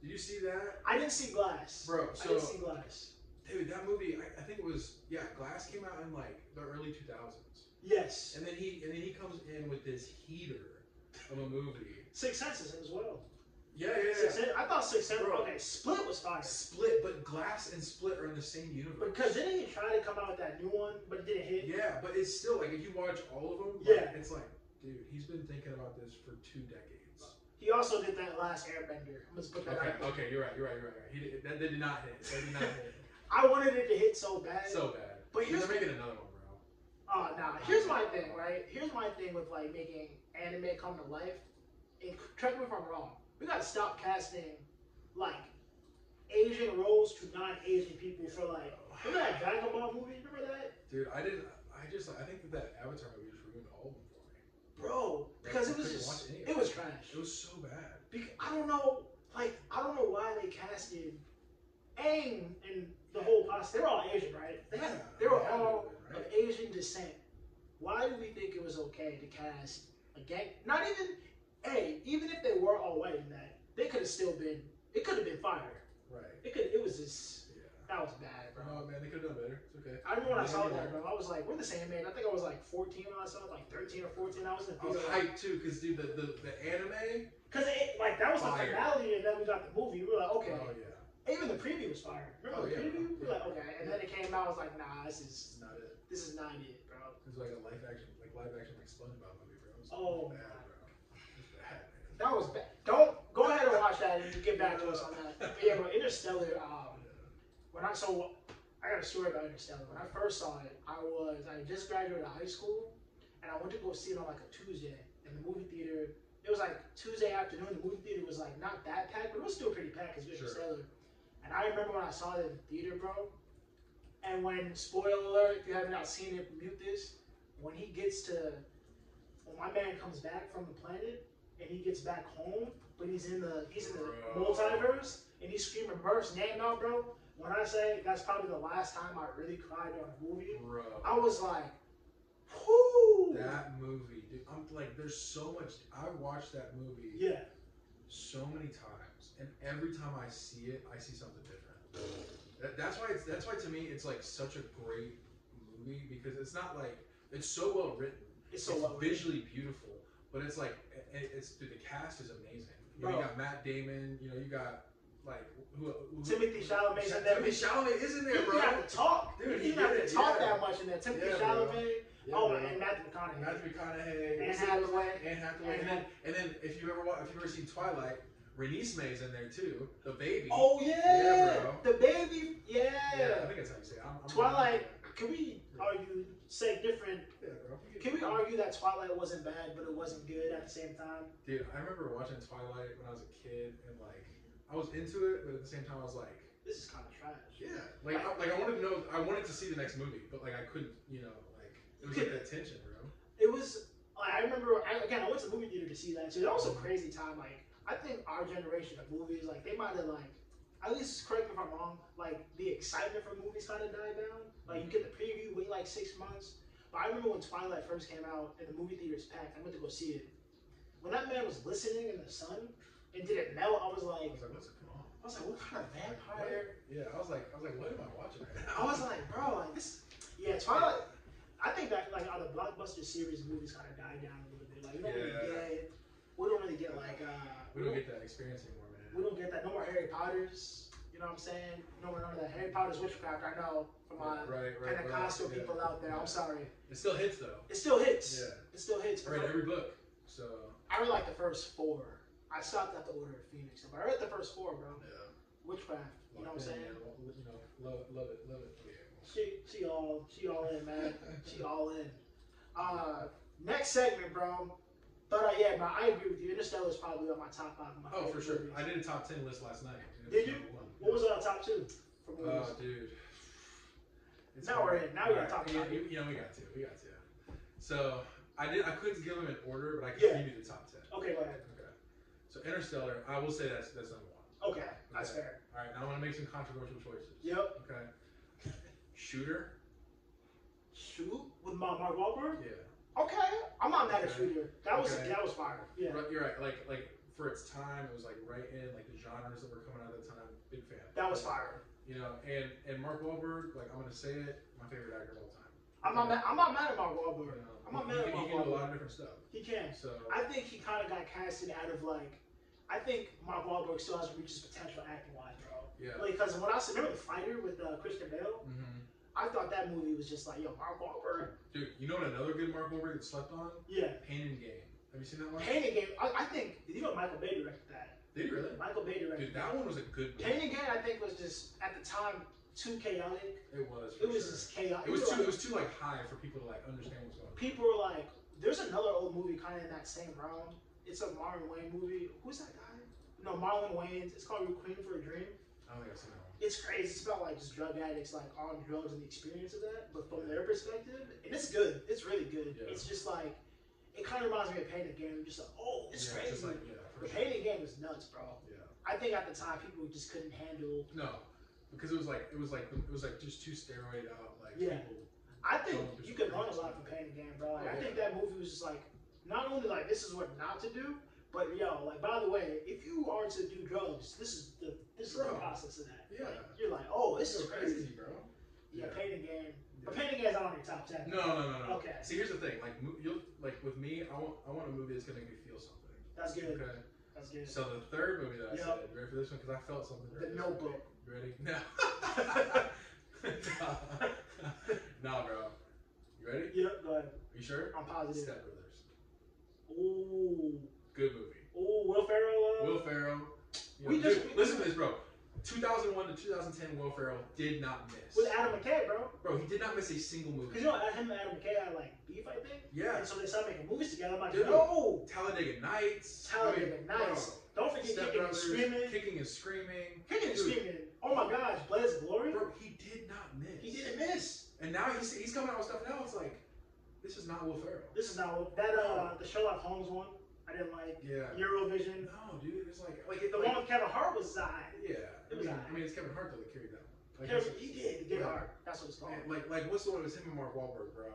Speaker 2: Did you see that,
Speaker 1: I didn't see Glass.
Speaker 2: bro?
Speaker 1: I didn't
Speaker 2: So
Speaker 1: see Glass.
Speaker 2: dude, that movie, I, I think it was yeah, Glass came out in like the early two thousands,
Speaker 1: Yes.
Speaker 2: and then he and then he comes in with this heater of a movie.
Speaker 1: Six Senses as well.
Speaker 2: Yeah, yeah,
Speaker 1: Six, Sen- I thought Six Senses.
Speaker 2: Bro.
Speaker 1: Okay, Split was
Speaker 2: yeah.
Speaker 1: fire.
Speaker 2: Split, but Glass and Split are in the same universe.
Speaker 1: Because didn't he try to come out with that new one, but it didn't hit?
Speaker 2: Yeah, but it's still like if you watch all of them, like,
Speaker 1: Yeah.
Speaker 2: it's like, dude, he's been thinking about this for two decades.
Speaker 1: He also did that last Airbender. I'm gonna put that out. there.
Speaker 2: okay, you're right, you're right, you're right. He did, that, that did not hit. That did not hit.
Speaker 1: I wanted it to hit so bad.
Speaker 2: so bad.
Speaker 1: But here's-
Speaker 2: they're making another one, bro.
Speaker 1: Oh, nah. Here's my thing, right? Here's my thing with like making anime come to life. And correct me if I'm wrong. We gotta stop casting like Asian roles to non-Asian people for like. Remember that Dragon Ball movie? Remember that,
Speaker 2: Dude, I didn't. I just, I think that that Avatar movie just ruined all of them for me.
Speaker 1: bro? Because it was
Speaker 2: Couldn't
Speaker 1: just
Speaker 2: watch any of
Speaker 1: it was trash.
Speaker 2: It was so bad.
Speaker 1: Because I don't know, like I don't know why they casted Aang and the whole posse. They're all Asian, right? They had, they were
Speaker 2: Yeah,
Speaker 1: all
Speaker 2: right?
Speaker 1: of Asian descent. Why do we think it was okay to cast a gang? Not even, hey, even if they were all white in that, they could have still been. It could have been fire.
Speaker 2: Right.
Speaker 1: It could. It was just
Speaker 2: Yeah.
Speaker 1: that was bad, bro.
Speaker 2: Oh man, they could have done better. It's okay.
Speaker 1: I remember when I
Speaker 2: Yeah,
Speaker 1: saw
Speaker 2: you're
Speaker 1: that,
Speaker 2: right.
Speaker 1: bro. I was like, "We're the same man." I think I was like 14 when I saw it, like 13 or 14. I was in
Speaker 2: I was
Speaker 1: the
Speaker 2: hyped too, cause dude, the the, the anime.
Speaker 1: because it like that was
Speaker 2: Fire.
Speaker 1: the finale, and then we got the movie. We were like, "Okay,
Speaker 2: Oh yeah.
Speaker 1: Even the preview was fire. Remember
Speaker 2: Oh,
Speaker 1: the
Speaker 2: yeah.
Speaker 1: preview? We were like, okay. And
Speaker 2: Yeah.
Speaker 1: then it came out, I was like, nah, this is
Speaker 2: It's not it.
Speaker 1: this is not it, bro.
Speaker 2: It was like a live action, like live action, like SpongeBob movie, bro. It was
Speaker 1: Oh,
Speaker 2: bad,
Speaker 1: my
Speaker 2: bro. It was bad, man.
Speaker 1: That was bad. Don't go ahead and watch that and get back to us on that. But yeah, bro, Interstellar, um, when I saw I got a story about Interstellar. When I first saw it, I was I just graduated high school and I went to go see it on like a Tuesday in the movie theater. It was like Tuesday afternoon, the movie theater was like not that packed, but it was still pretty packed because
Speaker 2: Sure.
Speaker 1: Interstellar. And I remember when I saw it in the theater, bro. And when spoiler alert, if you have not seen it, mute this. When he gets to when my man comes back from the planet and he gets back home, but he's in the he's in the
Speaker 2: Bro.
Speaker 1: multiverse and he's screaming Murph's name out, bro. When I say that's probably the last time I really cried during a movie,
Speaker 2: Bro,
Speaker 1: I was like, whoo.
Speaker 2: that movie, dude. I'm like, there's so much. I watched that movie
Speaker 1: Yeah,
Speaker 2: so many times, and every time I see it, I see something different. That, that's why it's that's why to me it's like such a great movie because it's not like it's so well written,
Speaker 1: it's
Speaker 2: it's,
Speaker 1: so well.
Speaker 2: visually beautiful, but it's like it- it's dude, the cast is amazing. You, know, you
Speaker 1: Bro.
Speaker 2: got Matt Damon, you know, you got like who, who
Speaker 1: Timothy Chalamet's in there.
Speaker 2: Timothy Chalamet is in
Speaker 1: He
Speaker 2: there,
Speaker 1: didn't
Speaker 2: bro.
Speaker 1: have to talk.
Speaker 2: Dude,
Speaker 1: he
Speaker 2: he
Speaker 1: didn't have
Speaker 2: did
Speaker 1: to
Speaker 2: it,
Speaker 1: talk
Speaker 2: yeah.
Speaker 1: that much in that. Timothy
Speaker 2: Yeah, bro.
Speaker 1: Chalamet.
Speaker 2: Yeah,
Speaker 1: oh,
Speaker 2: bro.
Speaker 1: and Matthew McConaughey.
Speaker 2: Matthew McConaughey,
Speaker 1: Anne
Speaker 2: Anne
Speaker 1: Hathaway.
Speaker 2: Hathaway, Anne Hathaway, and then and then if you ever wa- if you ever seen Twilight, Renee May's in there too, the baby.
Speaker 1: Oh yeah,
Speaker 2: Yeah,
Speaker 1: the baby. Yeah.
Speaker 2: yeah, I think that's how you say. It. I'm, I'm
Speaker 1: Twilight. Can we argue say different?
Speaker 2: Yeah, bro.
Speaker 1: Can we argue that Twilight wasn't bad, but it wasn't good at the same time?
Speaker 2: Dude, I remember watching Twilight when I was a kid, and like I was into it, but at the same time I was like,
Speaker 1: This is kind of trash.
Speaker 2: yeah, like I, like I wanted to know, I wanted to see the next movie, but like I couldn't, you know, like it was like that tension, bro.
Speaker 1: It was. Like, I remember I, again. I went to the movie theater to see that too. That was a crazy time. Like I think our generation of movies, like they might have like. At least correct me if I'm wrong. Like the excitement for movies kind of died down. Like you get the preview, wait like six months. But I remember when Twilight first came out and the movie theater was packed. I went to go see it. When that man was listening in the sun and did it melt, I was
Speaker 2: I
Speaker 1: like,
Speaker 2: was like, what's going on?
Speaker 1: I was like, what kind of
Speaker 2: Like,
Speaker 1: vampire?
Speaker 2: what? Yeah, I was like, I was like, what am I watching right now?
Speaker 1: I was like, blockbuster series movies kind of die down a little bit. Like we don't
Speaker 2: Yeah.
Speaker 1: really get, we don't really get like uh,
Speaker 2: We don't get that experience anymore,
Speaker 1: we
Speaker 2: man.
Speaker 1: don't get that. No more Harry Potter's. You know what I'm saying? No more none of that. Harry Potter's witchcraft. I know from my
Speaker 2: right, right,
Speaker 1: Pentecostal
Speaker 2: right. yeah.
Speaker 1: people out there. I'm sorry.
Speaker 2: It still hits though.
Speaker 1: It still hits.
Speaker 2: Yeah.
Speaker 1: It still hits.
Speaker 2: I read every book, so
Speaker 1: I read like the first four. I stopped at the Order of Phoenix, but I read the first four, bro.
Speaker 2: yeah.
Speaker 1: Witchcraft. You know what I'm saying?
Speaker 2: You know, love, love it, love it.
Speaker 1: She she all she all in, man. She all in. Uh, next segment, bro. But uh, yeah, man, I agree with you. Interstellar is probably on my top five. Of my
Speaker 2: Oh, for
Speaker 1: favorite
Speaker 2: sure.
Speaker 1: movies.
Speaker 2: I did a top ten list last night. and it
Speaker 1: Did
Speaker 2: was
Speaker 1: you?
Speaker 2: number one.
Speaker 1: What was on top two? For movies?
Speaker 2: Oh, dude.
Speaker 1: Now we're in. Now we're in
Speaker 2: Alright,
Speaker 1: top
Speaker 2: you-
Speaker 1: five.
Speaker 2: You, you know, we got to. We got to. So I did. I couldn't give them an order, but I could
Speaker 1: Yeah.
Speaker 2: give you the top ten.
Speaker 1: okay, go ahead.
Speaker 2: Okay. So Interstellar, I will say that's that's number one.
Speaker 1: Okay, that's fair.
Speaker 2: All right. Now I want to make some controversial choices.
Speaker 1: Yep.
Speaker 2: Okay. Shooter.
Speaker 1: Shoot with my Mark Wahlberg.
Speaker 2: Yeah.
Speaker 1: Okay, I'm not mad at
Speaker 2: Okay.
Speaker 1: Shooter. That was
Speaker 2: Okay.
Speaker 1: that was fire. Yeah.
Speaker 2: Right- You're right. Like like for its time, it was like right in like the genres that were coming out at the time. Big fan.
Speaker 1: That was fire.
Speaker 2: You know, and and Mark Wahlberg, like I'm gonna say it, my favorite actor of all time.
Speaker 1: I'm not mad, I'm not mad at Mark
Speaker 2: You
Speaker 1: Wahlberg.
Speaker 2: know,
Speaker 1: I'm not
Speaker 2: he-
Speaker 1: mad
Speaker 2: he
Speaker 1: at
Speaker 2: can-
Speaker 1: Mark
Speaker 2: He can do a lot
Speaker 1: Wahlberg.
Speaker 2: of different stuff.
Speaker 1: He can.
Speaker 2: So
Speaker 1: I think he kind of got casted out of like. I think Mark Wahlberg still has to reach his potential acting wise, bro.
Speaker 2: yeah.
Speaker 1: Like, cause when I saw remember the fighter with uh, Christian Bale,
Speaker 2: Mhm.
Speaker 1: I thought that movie was just like, yo, Mark Wahlberg.
Speaker 2: Dude, you know what another good Mark Wahlberg that slept on?
Speaker 1: Yeah.
Speaker 2: Pain and Game. Have you seen that one?
Speaker 1: Pain and Gain. I, I think you know Michael Bay directed that.
Speaker 2: Did you really?
Speaker 1: Michael Bay directed
Speaker 2: Dude, that one was a good movie.
Speaker 1: Pain and Gain, I think, was just at the time too chaotic.
Speaker 2: It was. For
Speaker 1: It was
Speaker 2: sure.
Speaker 1: just chaotic.
Speaker 2: It was
Speaker 1: You were
Speaker 2: too. It
Speaker 1: like-
Speaker 2: was too like high for people to like understand what's going on.
Speaker 1: people were like, "There's another old movie kind of in that same realm. It's a Marlon Wayne movie. Who's that guy? No, Marlon Wayne. It's called Queen for a Dream.
Speaker 2: I don't think I've seen that one.
Speaker 1: It's crazy. It's about like just drug addicts like on drugs and the experience of that, but from their perspective, and it's good. It's really good.
Speaker 2: Yeah.
Speaker 1: It's just like it kind of reminds me of Pain and Gain. Just like, oh, it's
Speaker 2: yeah,
Speaker 1: crazy.
Speaker 2: Just like, yeah, for
Speaker 1: the
Speaker 2: sure.
Speaker 1: Pain and Gain was nuts, bro.
Speaker 2: Yeah.
Speaker 1: I think at the time people just couldn't handle.
Speaker 2: No, because it was like it was like it was like just too steroid out. Like
Speaker 1: Yeah.
Speaker 2: people.
Speaker 1: I think you could learn a lot from Pain and Gain, bro. Like, I think that movie was just like, not only like this is what not to do, but yo, like by the way, if you are to do drugs, this is the this is the
Speaker 2: Bro.
Speaker 1: process of that.
Speaker 2: Yeah.
Speaker 1: Like, you're like, oh, this is
Speaker 2: You're
Speaker 1: crazy.
Speaker 2: bro.
Speaker 1: Yeah,
Speaker 2: Yeah.
Speaker 1: Pain and Gain, but
Speaker 2: Yeah.
Speaker 1: Pain and Gain's not on your top ten.
Speaker 2: No, no, no, no.
Speaker 1: Okay.
Speaker 2: See, here's the thing. Like, mo- you'll like with me, I want I want a movie that's gonna make me feel something.
Speaker 1: That's good.
Speaker 2: Okay.
Speaker 1: That's good.
Speaker 2: So the third movie that I
Speaker 1: Yep.
Speaker 2: said, you ready for this one? Because I felt something.
Speaker 1: The
Speaker 2: during this one.
Speaker 1: Notebook.
Speaker 2: You ready? No. nah, bro. You ready?
Speaker 1: Yep, go ahead.
Speaker 2: You sure?
Speaker 1: I'm positive.
Speaker 2: Step Brothers.
Speaker 1: Ooh,
Speaker 2: Good movie.
Speaker 1: ooh, Will Ferrell. Uh,
Speaker 2: Will Ferrell. You
Speaker 1: We
Speaker 2: know,
Speaker 1: just-
Speaker 2: dude, listen to this, bro. 2001 to 2010, Will Ferrell did not miss.
Speaker 1: with Adam McKay, bro.
Speaker 2: Bro, he did not miss a single
Speaker 1: Because
Speaker 2: movie.
Speaker 1: you know him and Adam McKay had like beef, I think.
Speaker 2: Yeah.
Speaker 1: And so they started making movies together. I'm like,
Speaker 2: Dude.
Speaker 1: no.
Speaker 2: Talladega Nights. I
Speaker 1: Talladega
Speaker 2: mean,
Speaker 1: Nights. Don't
Speaker 2: bro,
Speaker 1: forget
Speaker 2: Step
Speaker 1: Kicking and
Speaker 2: Brothers.
Speaker 1: Screaming.
Speaker 2: Kicking and Screaming.
Speaker 1: Kicking and
Speaker 2: Dude.
Speaker 1: Screaming. Oh my gosh, Blaze of Glory.
Speaker 2: Bro, he did not miss.
Speaker 1: He didn't miss.
Speaker 2: And now he's, he's coming out with stuff now. It's like, this is not Will Ferrell.
Speaker 1: This is not that uh the Sherlock Holmes one. I didn't like
Speaker 2: Yeah.
Speaker 1: Eurovision.
Speaker 2: No, dude. It's like, like, it,
Speaker 1: The
Speaker 2: like
Speaker 1: one with Kevin Hart was I.
Speaker 2: yeah. I
Speaker 1: It was
Speaker 2: mean,
Speaker 1: alright.
Speaker 2: I mean, it's Kevin Hart that carried that one. Like,
Speaker 1: Kevin,
Speaker 2: it's-
Speaker 1: he did get
Speaker 2: Yeah.
Speaker 1: hard. That's what it's called.
Speaker 2: Man, like, like, what's the one? It was him and Mark Wahlberg, bro.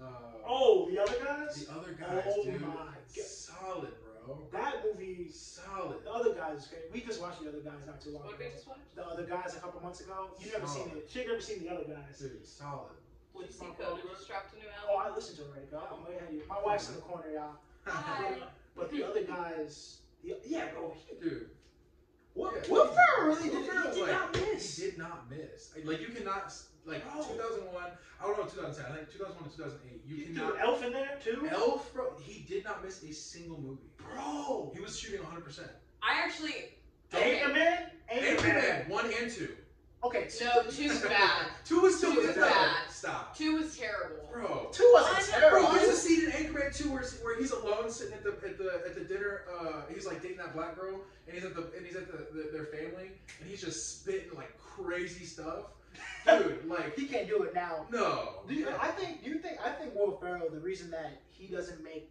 Speaker 2: Uh,
Speaker 1: Oh, the other guys.
Speaker 2: The other guys,
Speaker 1: Oh
Speaker 2: dude.
Speaker 1: my God.
Speaker 2: Solid, bro.
Speaker 1: That movie.
Speaker 2: Solid.
Speaker 1: The other guys is great. We just watched the other guys not too long
Speaker 3: What
Speaker 1: ago.
Speaker 3: did we just watch?
Speaker 1: The other guys a couple months ago. You never
Speaker 2: Oh.
Speaker 1: seen it. She never seen the other guys.
Speaker 2: Dude, solid.
Speaker 3: Did
Speaker 1: With
Speaker 3: you see
Speaker 1: Mark
Speaker 3: Coda
Speaker 1: Wahlberg.
Speaker 3: just dropped a new
Speaker 1: Oh,
Speaker 3: album?
Speaker 1: I listened to it already, bro. I'm way ahead of you. My wife's in the corner, y'all.
Speaker 3: Hi.
Speaker 1: But the other guys, the, yeah, bro. he-
Speaker 2: Dude,
Speaker 1: Will
Speaker 2: Yeah.
Speaker 1: Will Ferrell really
Speaker 2: Will
Speaker 1: did, he
Speaker 2: Ferrell's
Speaker 1: did
Speaker 2: like-
Speaker 1: not miss.
Speaker 2: he did not miss. Like, you cannot, like,
Speaker 1: Bro.
Speaker 2: 2001, I don't know, 2010, I think 2001 to 2008, you
Speaker 1: You
Speaker 2: cannot.
Speaker 1: threw Elf in there too,
Speaker 2: Elf, bro, he did not miss a single movie.
Speaker 1: bro.
Speaker 2: He was shooting 100%.
Speaker 3: I actually. Okay.
Speaker 1: Anchorman, man,
Speaker 2: Anchorman, one and two.
Speaker 1: Okay, so
Speaker 3: No, two's bad.
Speaker 2: Two was still
Speaker 3: Two
Speaker 2: good.
Speaker 3: is
Speaker 2: bro.
Speaker 3: bad.
Speaker 2: Stop.
Speaker 3: Two was terrible.
Speaker 2: Bro.
Speaker 1: two wasn't
Speaker 3: One-
Speaker 1: terrible.
Speaker 2: Bro, there's a scene in Anchorman 2 where, where he's alone sitting at the at the at the dinner. Uh, he's like dating that black girl, and he's at the and he's at the, the their family, and he's just spitting like crazy stuff, dude. Like
Speaker 1: he can't do it now.
Speaker 2: no,
Speaker 1: Do you, I think. Do you think? I think Will Ferrell. The reason that he doesn't make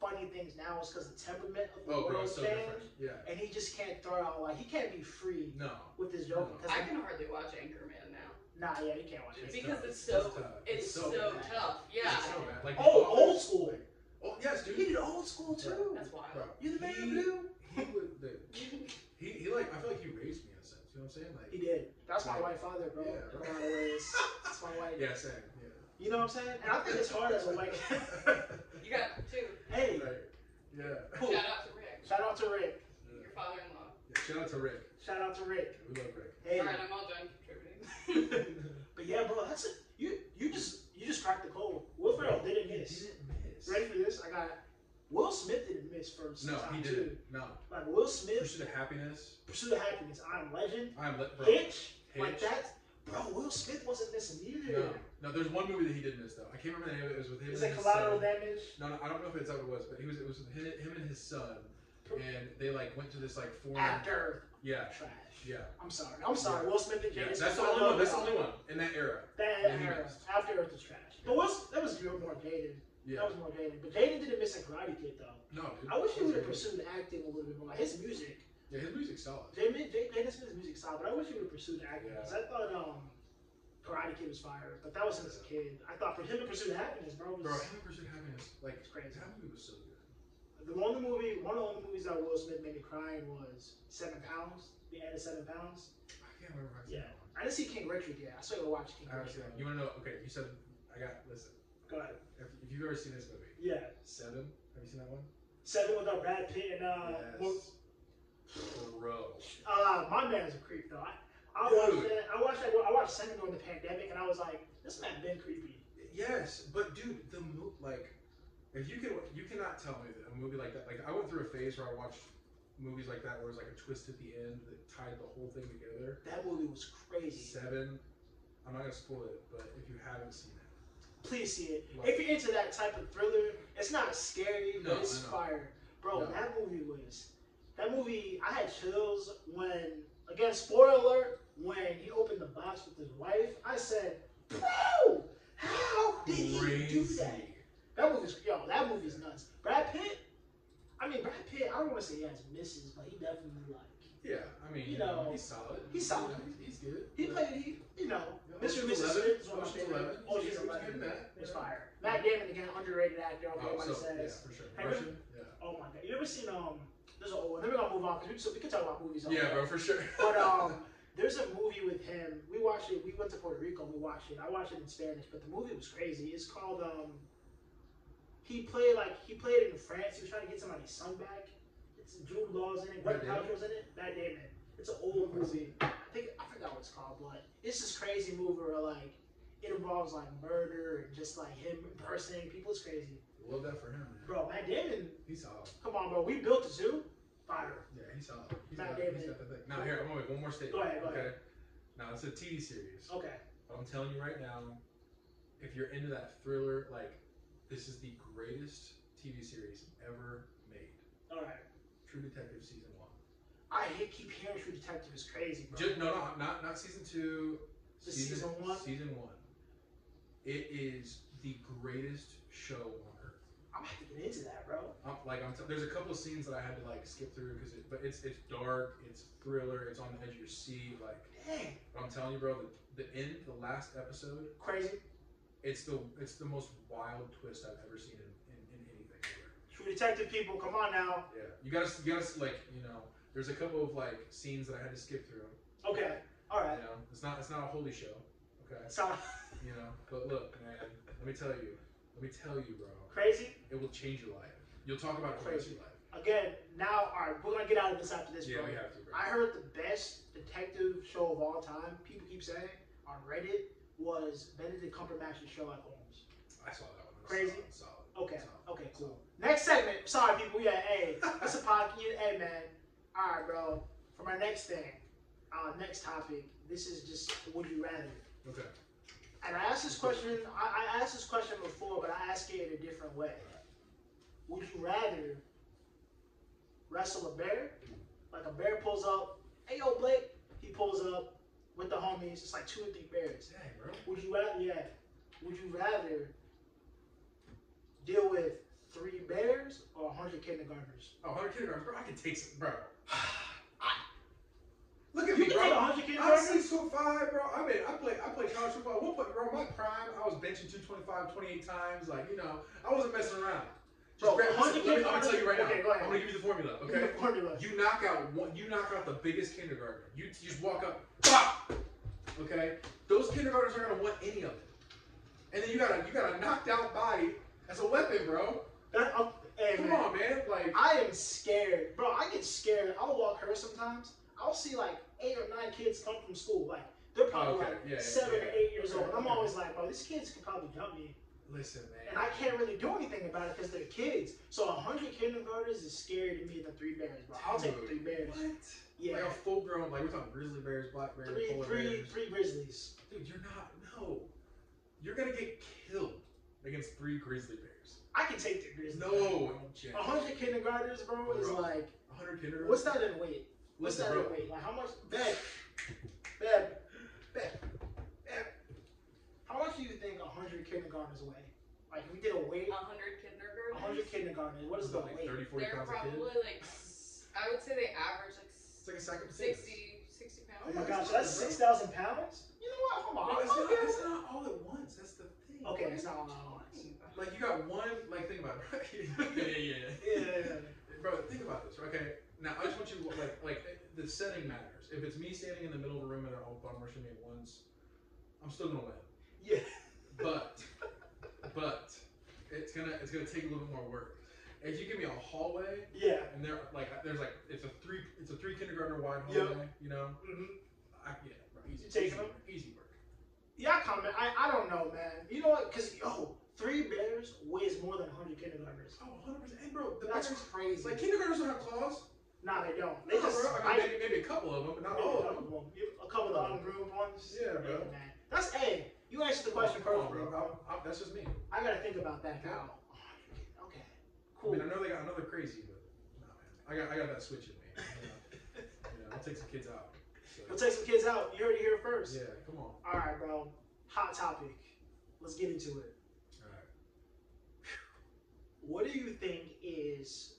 Speaker 1: funny things now is because the temperament of the
Speaker 2: oh, bro,
Speaker 1: world
Speaker 2: it's so
Speaker 1: changed,
Speaker 2: different. Yeah,
Speaker 1: and he just can't throw out like he can't be free
Speaker 2: no,
Speaker 1: with his joke.
Speaker 3: I
Speaker 1: Because
Speaker 3: can hardly watch Anchorman now.
Speaker 1: nah, yeah, he can't watch it.
Speaker 3: Because
Speaker 2: tough.
Speaker 3: it's so-
Speaker 2: tough.
Speaker 3: It's, so,
Speaker 2: bad.
Speaker 3: tough. Yeah.
Speaker 2: It's so bad. Like
Speaker 1: Oh,
Speaker 2: the-
Speaker 1: old school.
Speaker 2: oh, yes, dude.
Speaker 1: He did old school too.
Speaker 3: That's wild.
Speaker 2: Bro,
Speaker 1: You the man,
Speaker 2: he-
Speaker 1: blue.
Speaker 2: He would, dude, he, he like I feel like he raised me in a sense. You know what I'm saying?
Speaker 1: He
Speaker 2: Like
Speaker 1: did. That's my
Speaker 2: Right.
Speaker 1: white father, bro.
Speaker 2: Yeah,
Speaker 1: in
Speaker 2: bro.
Speaker 1: a lot of ways. That's my white.
Speaker 2: yeah, same. Yeah.
Speaker 1: You know what I'm saying? And I think it's hard as a white.
Speaker 3: You got two.
Speaker 1: hey,
Speaker 2: Like, yeah.
Speaker 1: cool.
Speaker 3: Shout out to Rick,
Speaker 1: Shout out to Rick.
Speaker 2: Yeah.
Speaker 3: your father-in-law.
Speaker 2: Shout out to Rick.
Speaker 1: Shout out to Rick.
Speaker 2: We love Rick.
Speaker 1: Hey,
Speaker 3: All right, I'm all done contributing.
Speaker 1: but yeah, bro, that's it. You you just you just cracked the code. Will Ferrell didn't miss.
Speaker 2: didn't miss.
Speaker 1: Ready for this? I got Will Smith didn't miss first.
Speaker 2: No,
Speaker 1: time
Speaker 2: he
Speaker 1: too.
Speaker 2: didn't. No.
Speaker 1: Like Will Smith,
Speaker 2: Pursuit of Happiness.
Speaker 1: Pursuit of Happiness, I Am Legend,
Speaker 2: I'm let bro.
Speaker 1: Hitch, like
Speaker 2: Hitch.
Speaker 1: that. Bro, Will Smith wasn't missing either.
Speaker 2: No, no. There's one movie that he did miss though. I can't remember the name of it. It was with him.
Speaker 1: Is
Speaker 2: and
Speaker 1: it
Speaker 2: his
Speaker 1: collateral
Speaker 2: son.
Speaker 1: damage?
Speaker 2: No, no. I don't know if it's how it was, but he was. It was with him, him and his son, and they like went to this like foreign.
Speaker 1: After
Speaker 2: Yeah,
Speaker 1: trash.
Speaker 2: yeah,
Speaker 1: I'm sorry. I'm sorry. Will Smith didn't
Speaker 2: yeah.
Speaker 1: miss.
Speaker 2: That's the
Speaker 1: I
Speaker 2: only
Speaker 1: love
Speaker 2: one. That's the
Speaker 1: y'all.
Speaker 2: only one in that era.
Speaker 1: That
Speaker 2: Yeah, he
Speaker 1: era,
Speaker 2: missed.
Speaker 1: After Earth is trash. But what's that was real more dated.
Speaker 2: Yeah.
Speaker 1: That was more dated. But Jaden didn't miss a Karate Kid though.
Speaker 2: No, dude.
Speaker 1: I wish he would have pursued acting a little bit more. Like his music,
Speaker 2: Yeah, his music's solid.
Speaker 1: Jaden J- Jaden Smith's music style, but I wish he would have pursued acting
Speaker 2: Yeah.
Speaker 1: because I thought um, Karate Kid was fire, but that was since a kid. I thought for him to pursue happiness, bro, was
Speaker 2: Bro, Him and Pursuit of Happiness. Like,
Speaker 1: It's crazy.
Speaker 2: That movie was so good.
Speaker 1: the only movie. One of the only movies that Will Smith made me crying was Seven Pounds. The end of Seven Pounds.
Speaker 2: I can't remember. How to say
Speaker 1: Yeah.
Speaker 2: that one.
Speaker 1: I didn't see King Richard yet. I still gotta watch King
Speaker 2: I was
Speaker 1: Richard.
Speaker 2: saying, you want to know? Okay, you said I got. Listen,
Speaker 1: Go ahead.
Speaker 2: if, if you've ever seen this movie,
Speaker 1: Yeah,
Speaker 2: Seven. Have you seen that one?
Speaker 1: Seven with our Brad Pitt and uh, Mo-
Speaker 2: Bro.
Speaker 1: Uh, my man's a creep though. I, I
Speaker 2: Dude.
Speaker 1: watched that. I watched that. I watched Seven during the pandemic, and I was like, this man been creepy.
Speaker 2: Yes, but dude, the mo- like, if you can, you cannot tell me that a movie like that. Like, I went through a phase where I watched movies like that, where it was like a twist at the end that tied the whole thing together.
Speaker 1: That movie was crazy.
Speaker 2: Seven. I'm not gonna spoil it, but if you haven't seen it,
Speaker 1: Please see it.
Speaker 2: like,
Speaker 1: If you're into that type of thriller, it's not scary, but
Speaker 2: No,
Speaker 1: it's
Speaker 2: I know.
Speaker 1: fire, bro.
Speaker 2: No.
Speaker 1: That movie was. That movie, I had chills when. Again, spoiler alert. When he opened the box with his wife, I said, "Bro, how did he do that?" That movie's yo, that movie's nuts. Brad Pitt. I mean, Brad Pitt. I don't want to say he has misses, but he definitely like.
Speaker 2: Yeah, I mean,
Speaker 1: You know,
Speaker 2: he's solid.
Speaker 1: he's solid.
Speaker 2: Yeah, He's, he's good.
Speaker 1: He
Speaker 2: But-
Speaker 1: played, he, you know,
Speaker 2: Yeah,
Speaker 1: Mr. and
Speaker 2: Ocean's
Speaker 1: Mrs.
Speaker 2: Eleven,
Speaker 1: Smith is one of my
Speaker 2: Ocean's
Speaker 1: favorite. Oh,
Speaker 2: Eleven, he's-
Speaker 1: Ocean's
Speaker 2: he's good in
Speaker 1: Eleven
Speaker 2: that,
Speaker 1: was
Speaker 2: yeah.
Speaker 1: fire. Matt Damon again, underrated actor. I don't care
Speaker 2: Oh,
Speaker 1: what
Speaker 2: so,
Speaker 1: he
Speaker 2: yeah,
Speaker 1: says.
Speaker 2: for sure.
Speaker 1: Hey,
Speaker 2: Russian, yeah.
Speaker 1: Oh my god, you ever seen um? There's an old one. Then we're gonna move on because we, so we can talk about movies. all
Speaker 2: Yeah,
Speaker 1: day.
Speaker 2: bro, for sure.
Speaker 1: But um, there's a movie with him. We watched it. We went to Puerto Rico. and We watched it. I watched it in Spanish, but the movie was crazy. It's called um. He played like he played it in France. He was trying to get somebody's son back. It's Jude Law's in it. Greg
Speaker 2: Matt Damon?
Speaker 1: Powell's in it. Bad Damon. It's an old movie. I think I forgot what it's called, but it's this crazy movie where like it involves like murder and just like him impersonating people. It's crazy,
Speaker 2: Love that for him. man.
Speaker 1: bro. Matt Damon.
Speaker 2: He's solid.
Speaker 1: Come on, bro. We built a zoo. Fire.
Speaker 2: Yeah, he's solid. He's
Speaker 1: Matt
Speaker 2: got,
Speaker 1: Damon.
Speaker 2: he's got the thing. Now here, I'm gonna make one more statement.
Speaker 1: Go ahead, go
Speaker 2: okay.
Speaker 1: ahead.
Speaker 2: Now it's a TV series.
Speaker 1: Okay.
Speaker 2: But I'm telling you right now, if you're into that thriller, like this is the greatest TV series ever made.
Speaker 1: All right.
Speaker 2: True Detective season one.
Speaker 1: I hate, keep hearing True Detective is crazy, bro.
Speaker 2: Just, no, no, not not season two.
Speaker 1: The season one?
Speaker 2: Season one. It is the greatest show on earth.
Speaker 1: I'm gonna have to get into that, bro.
Speaker 2: I'm, like I'm t- there's a couple of scenes that I had to like skip through because it, but it's it's dark, it's thriller, it's on the edge of your seat. Like
Speaker 1: Dang,
Speaker 2: but I'm telling you, bro, the, the end, the last episode,
Speaker 1: crazy.
Speaker 2: it's the it's the most wild twist I've ever seen in, in, in anything. ever.
Speaker 1: True Detective people, come on now.
Speaker 2: Yeah, you gotta you gotta like you know, there's a couple of like scenes that I had to skip through.
Speaker 1: Okay, all
Speaker 2: You
Speaker 1: right.
Speaker 2: know, it's not it's not a holy show, okay?
Speaker 1: So
Speaker 2: You know, but look, man, let me tell you, let me tell you, bro,
Speaker 1: crazy
Speaker 2: it will change your life. You'll talk about it for the rest of your life.
Speaker 1: again. Now, all right, we're gonna get out of this after this,
Speaker 2: Yeah,
Speaker 1: bro.
Speaker 2: we have to, bro.
Speaker 1: I heard the best detective show of all time. People keep saying on Reddit was Benedict Cumberbatch's Sherlock Holmes.
Speaker 2: I saw that one. It was
Speaker 1: Crazy.
Speaker 2: Solid, solid,
Speaker 1: Okay,
Speaker 2: solid.
Speaker 1: okay, cool. Next segment. Sorry, people. Yeah, hey, that's a podcast. Hey, man. All right, bro. For my next thing, uh, next topic. This is just would you rather.
Speaker 2: Okay.
Speaker 1: And I asked this question. I, I asked this question before, but I ask it in a different way. Would you rather wrestle a bear? Like a bear pulls up. Hey, yo, Blake. He pulls up with the homies. It's like two or three bears.
Speaker 2: Dang, bro.
Speaker 1: Would you rather? Yeah. Would you rather deal with three bears or hundred kindergartners?
Speaker 2: Oh, 100 kilograms, bro. I can take some, bro.
Speaker 1: I-
Speaker 2: Look
Speaker 1: You
Speaker 2: at
Speaker 1: can
Speaker 2: me,
Speaker 1: take
Speaker 2: bro.
Speaker 1: hundred
Speaker 2: I'm
Speaker 1: kindergartners.
Speaker 2: six foot five, bro. I mean, I play, I play college football. At one point, bro, my prime, I was benching 225, 28 times. Like, you know, I wasn't messing around.
Speaker 1: Bro,
Speaker 2: grab-
Speaker 1: 100
Speaker 2: let me, I'm gonna tell you right now.
Speaker 1: Okay, go ahead.
Speaker 2: I'm gonna give you the formula, okay?
Speaker 1: Okay. Formula.
Speaker 2: You knock out one, you knock out the biggest kindergartner. You, you just walk up, pop. Okay, those kindergartners aren't gonna want any of it. and then you got a you got a knocked out body as a weapon, bro.
Speaker 1: That, uh, hey,
Speaker 2: Come
Speaker 1: man.
Speaker 2: on, man. Like
Speaker 1: I am scared, bro. I get scared. I'll walk her sometimes. I'll see like eight or nine kids come from school. Like they're probably
Speaker 2: Oh, okay.
Speaker 1: like
Speaker 2: Yeah, yeah,
Speaker 1: seven
Speaker 2: yeah.
Speaker 1: or eight years
Speaker 2: Okay,
Speaker 1: old. And I'm
Speaker 2: okay.
Speaker 1: always like, bro, these kids could probably jump me,
Speaker 2: listen,
Speaker 1: and
Speaker 2: man.
Speaker 1: I can't really do anything about it because they're kids. So a hundred kindergartners is scarier to me than three bears, bro. I'll take the three
Speaker 2: Dude,
Speaker 1: bears.
Speaker 2: What?
Speaker 1: Yeah,
Speaker 2: Like a full grown, like we're talking grizzly bears, black bears,
Speaker 1: three,
Speaker 2: polar
Speaker 1: three,
Speaker 2: bears.
Speaker 1: three grizzlies.
Speaker 2: Dude, you're not. No, you're gonna get killed against three grizzly bears.
Speaker 1: I can take the grizzlies.
Speaker 2: No,
Speaker 1: A hundred kindergartners, bro, is
Speaker 2: Bro.
Speaker 1: like
Speaker 2: hundred kindergarten.
Speaker 1: what's that in weight? What's that
Speaker 2: Listen, bro.
Speaker 1: in weight? Like how much? Bet, bet, bet, bet. How much do you think a hundred kindergartners weigh? Like if we did a weight,
Speaker 3: A hundred
Speaker 1: a hundred
Speaker 3: kindergartners.
Speaker 1: kindergartners. What is
Speaker 2: Is it
Speaker 1: the
Speaker 2: like
Speaker 1: weight?
Speaker 2: 30, 40
Speaker 3: They're
Speaker 2: pounds a kid?
Speaker 3: probably like, s- I would say they average like
Speaker 2: It's like a sack of potatoes.
Speaker 3: 60, 60 pounds.
Speaker 1: Oh my gosh, that's six thousand pounds. You know what? Come
Speaker 2: No,
Speaker 1: on,
Speaker 2: Oh, it's,
Speaker 1: fuck
Speaker 2: not,
Speaker 1: you.
Speaker 2: it's not all at once. That's the thing.
Speaker 1: Oh, Okay, it's not all at once.
Speaker 2: Like you got one. Like think about it. Right? yeah, yeah,
Speaker 1: Yeah, yeah, yeah.
Speaker 2: Bro, think about this. Okay, now I just want you to like like the setting matters. If it's me standing in the middle of a room and they're all bum rushing me at once, I'm still gonna win.
Speaker 1: yeah.
Speaker 2: But but it's gonna it's gonna take a little bit more work. If you give me a hallway
Speaker 1: yeah.
Speaker 2: and there like there's like it's a three it's a three kindergartner wide
Speaker 1: Yeah.
Speaker 2: hallway, you know,
Speaker 1: hmm
Speaker 2: I, yeah, bro, easy,
Speaker 1: You taking
Speaker 2: easy
Speaker 1: them?
Speaker 2: work, easy work.
Speaker 1: Yeah, I comment. I, I don't know, man. You know what? Cause yo, three bears weighs more than hundred kindergartners.
Speaker 2: Oh, 100 percent, and bro, the
Speaker 1: That's
Speaker 2: parents-
Speaker 1: crazy.
Speaker 2: like kindergartners don't have claws.
Speaker 1: nah, they don't. They
Speaker 2: No,
Speaker 1: just
Speaker 2: bro, I
Speaker 1: bite
Speaker 2: mean, maybe, maybe a couple of them, but not all of them.
Speaker 1: A couple of the ungroomed ones.
Speaker 2: Yeah, bro. Oh,
Speaker 1: man. That's hey. You answered the question
Speaker 2: Come on,
Speaker 1: perfectly, bro.
Speaker 2: I, I, that's just me.
Speaker 1: I gotta think about that now. Oh, Okay. Cool.
Speaker 2: I mean, I know they got another crazy, but nah, man. I got I got that switch in me. You know, You know, I'll take some kids out.
Speaker 1: We'll
Speaker 2: So,
Speaker 1: take some kids out. You heard it here first.
Speaker 2: yeah, come on.
Speaker 1: All right, bro. Hot topic. Let's get into it.
Speaker 2: All
Speaker 1: What do you think is?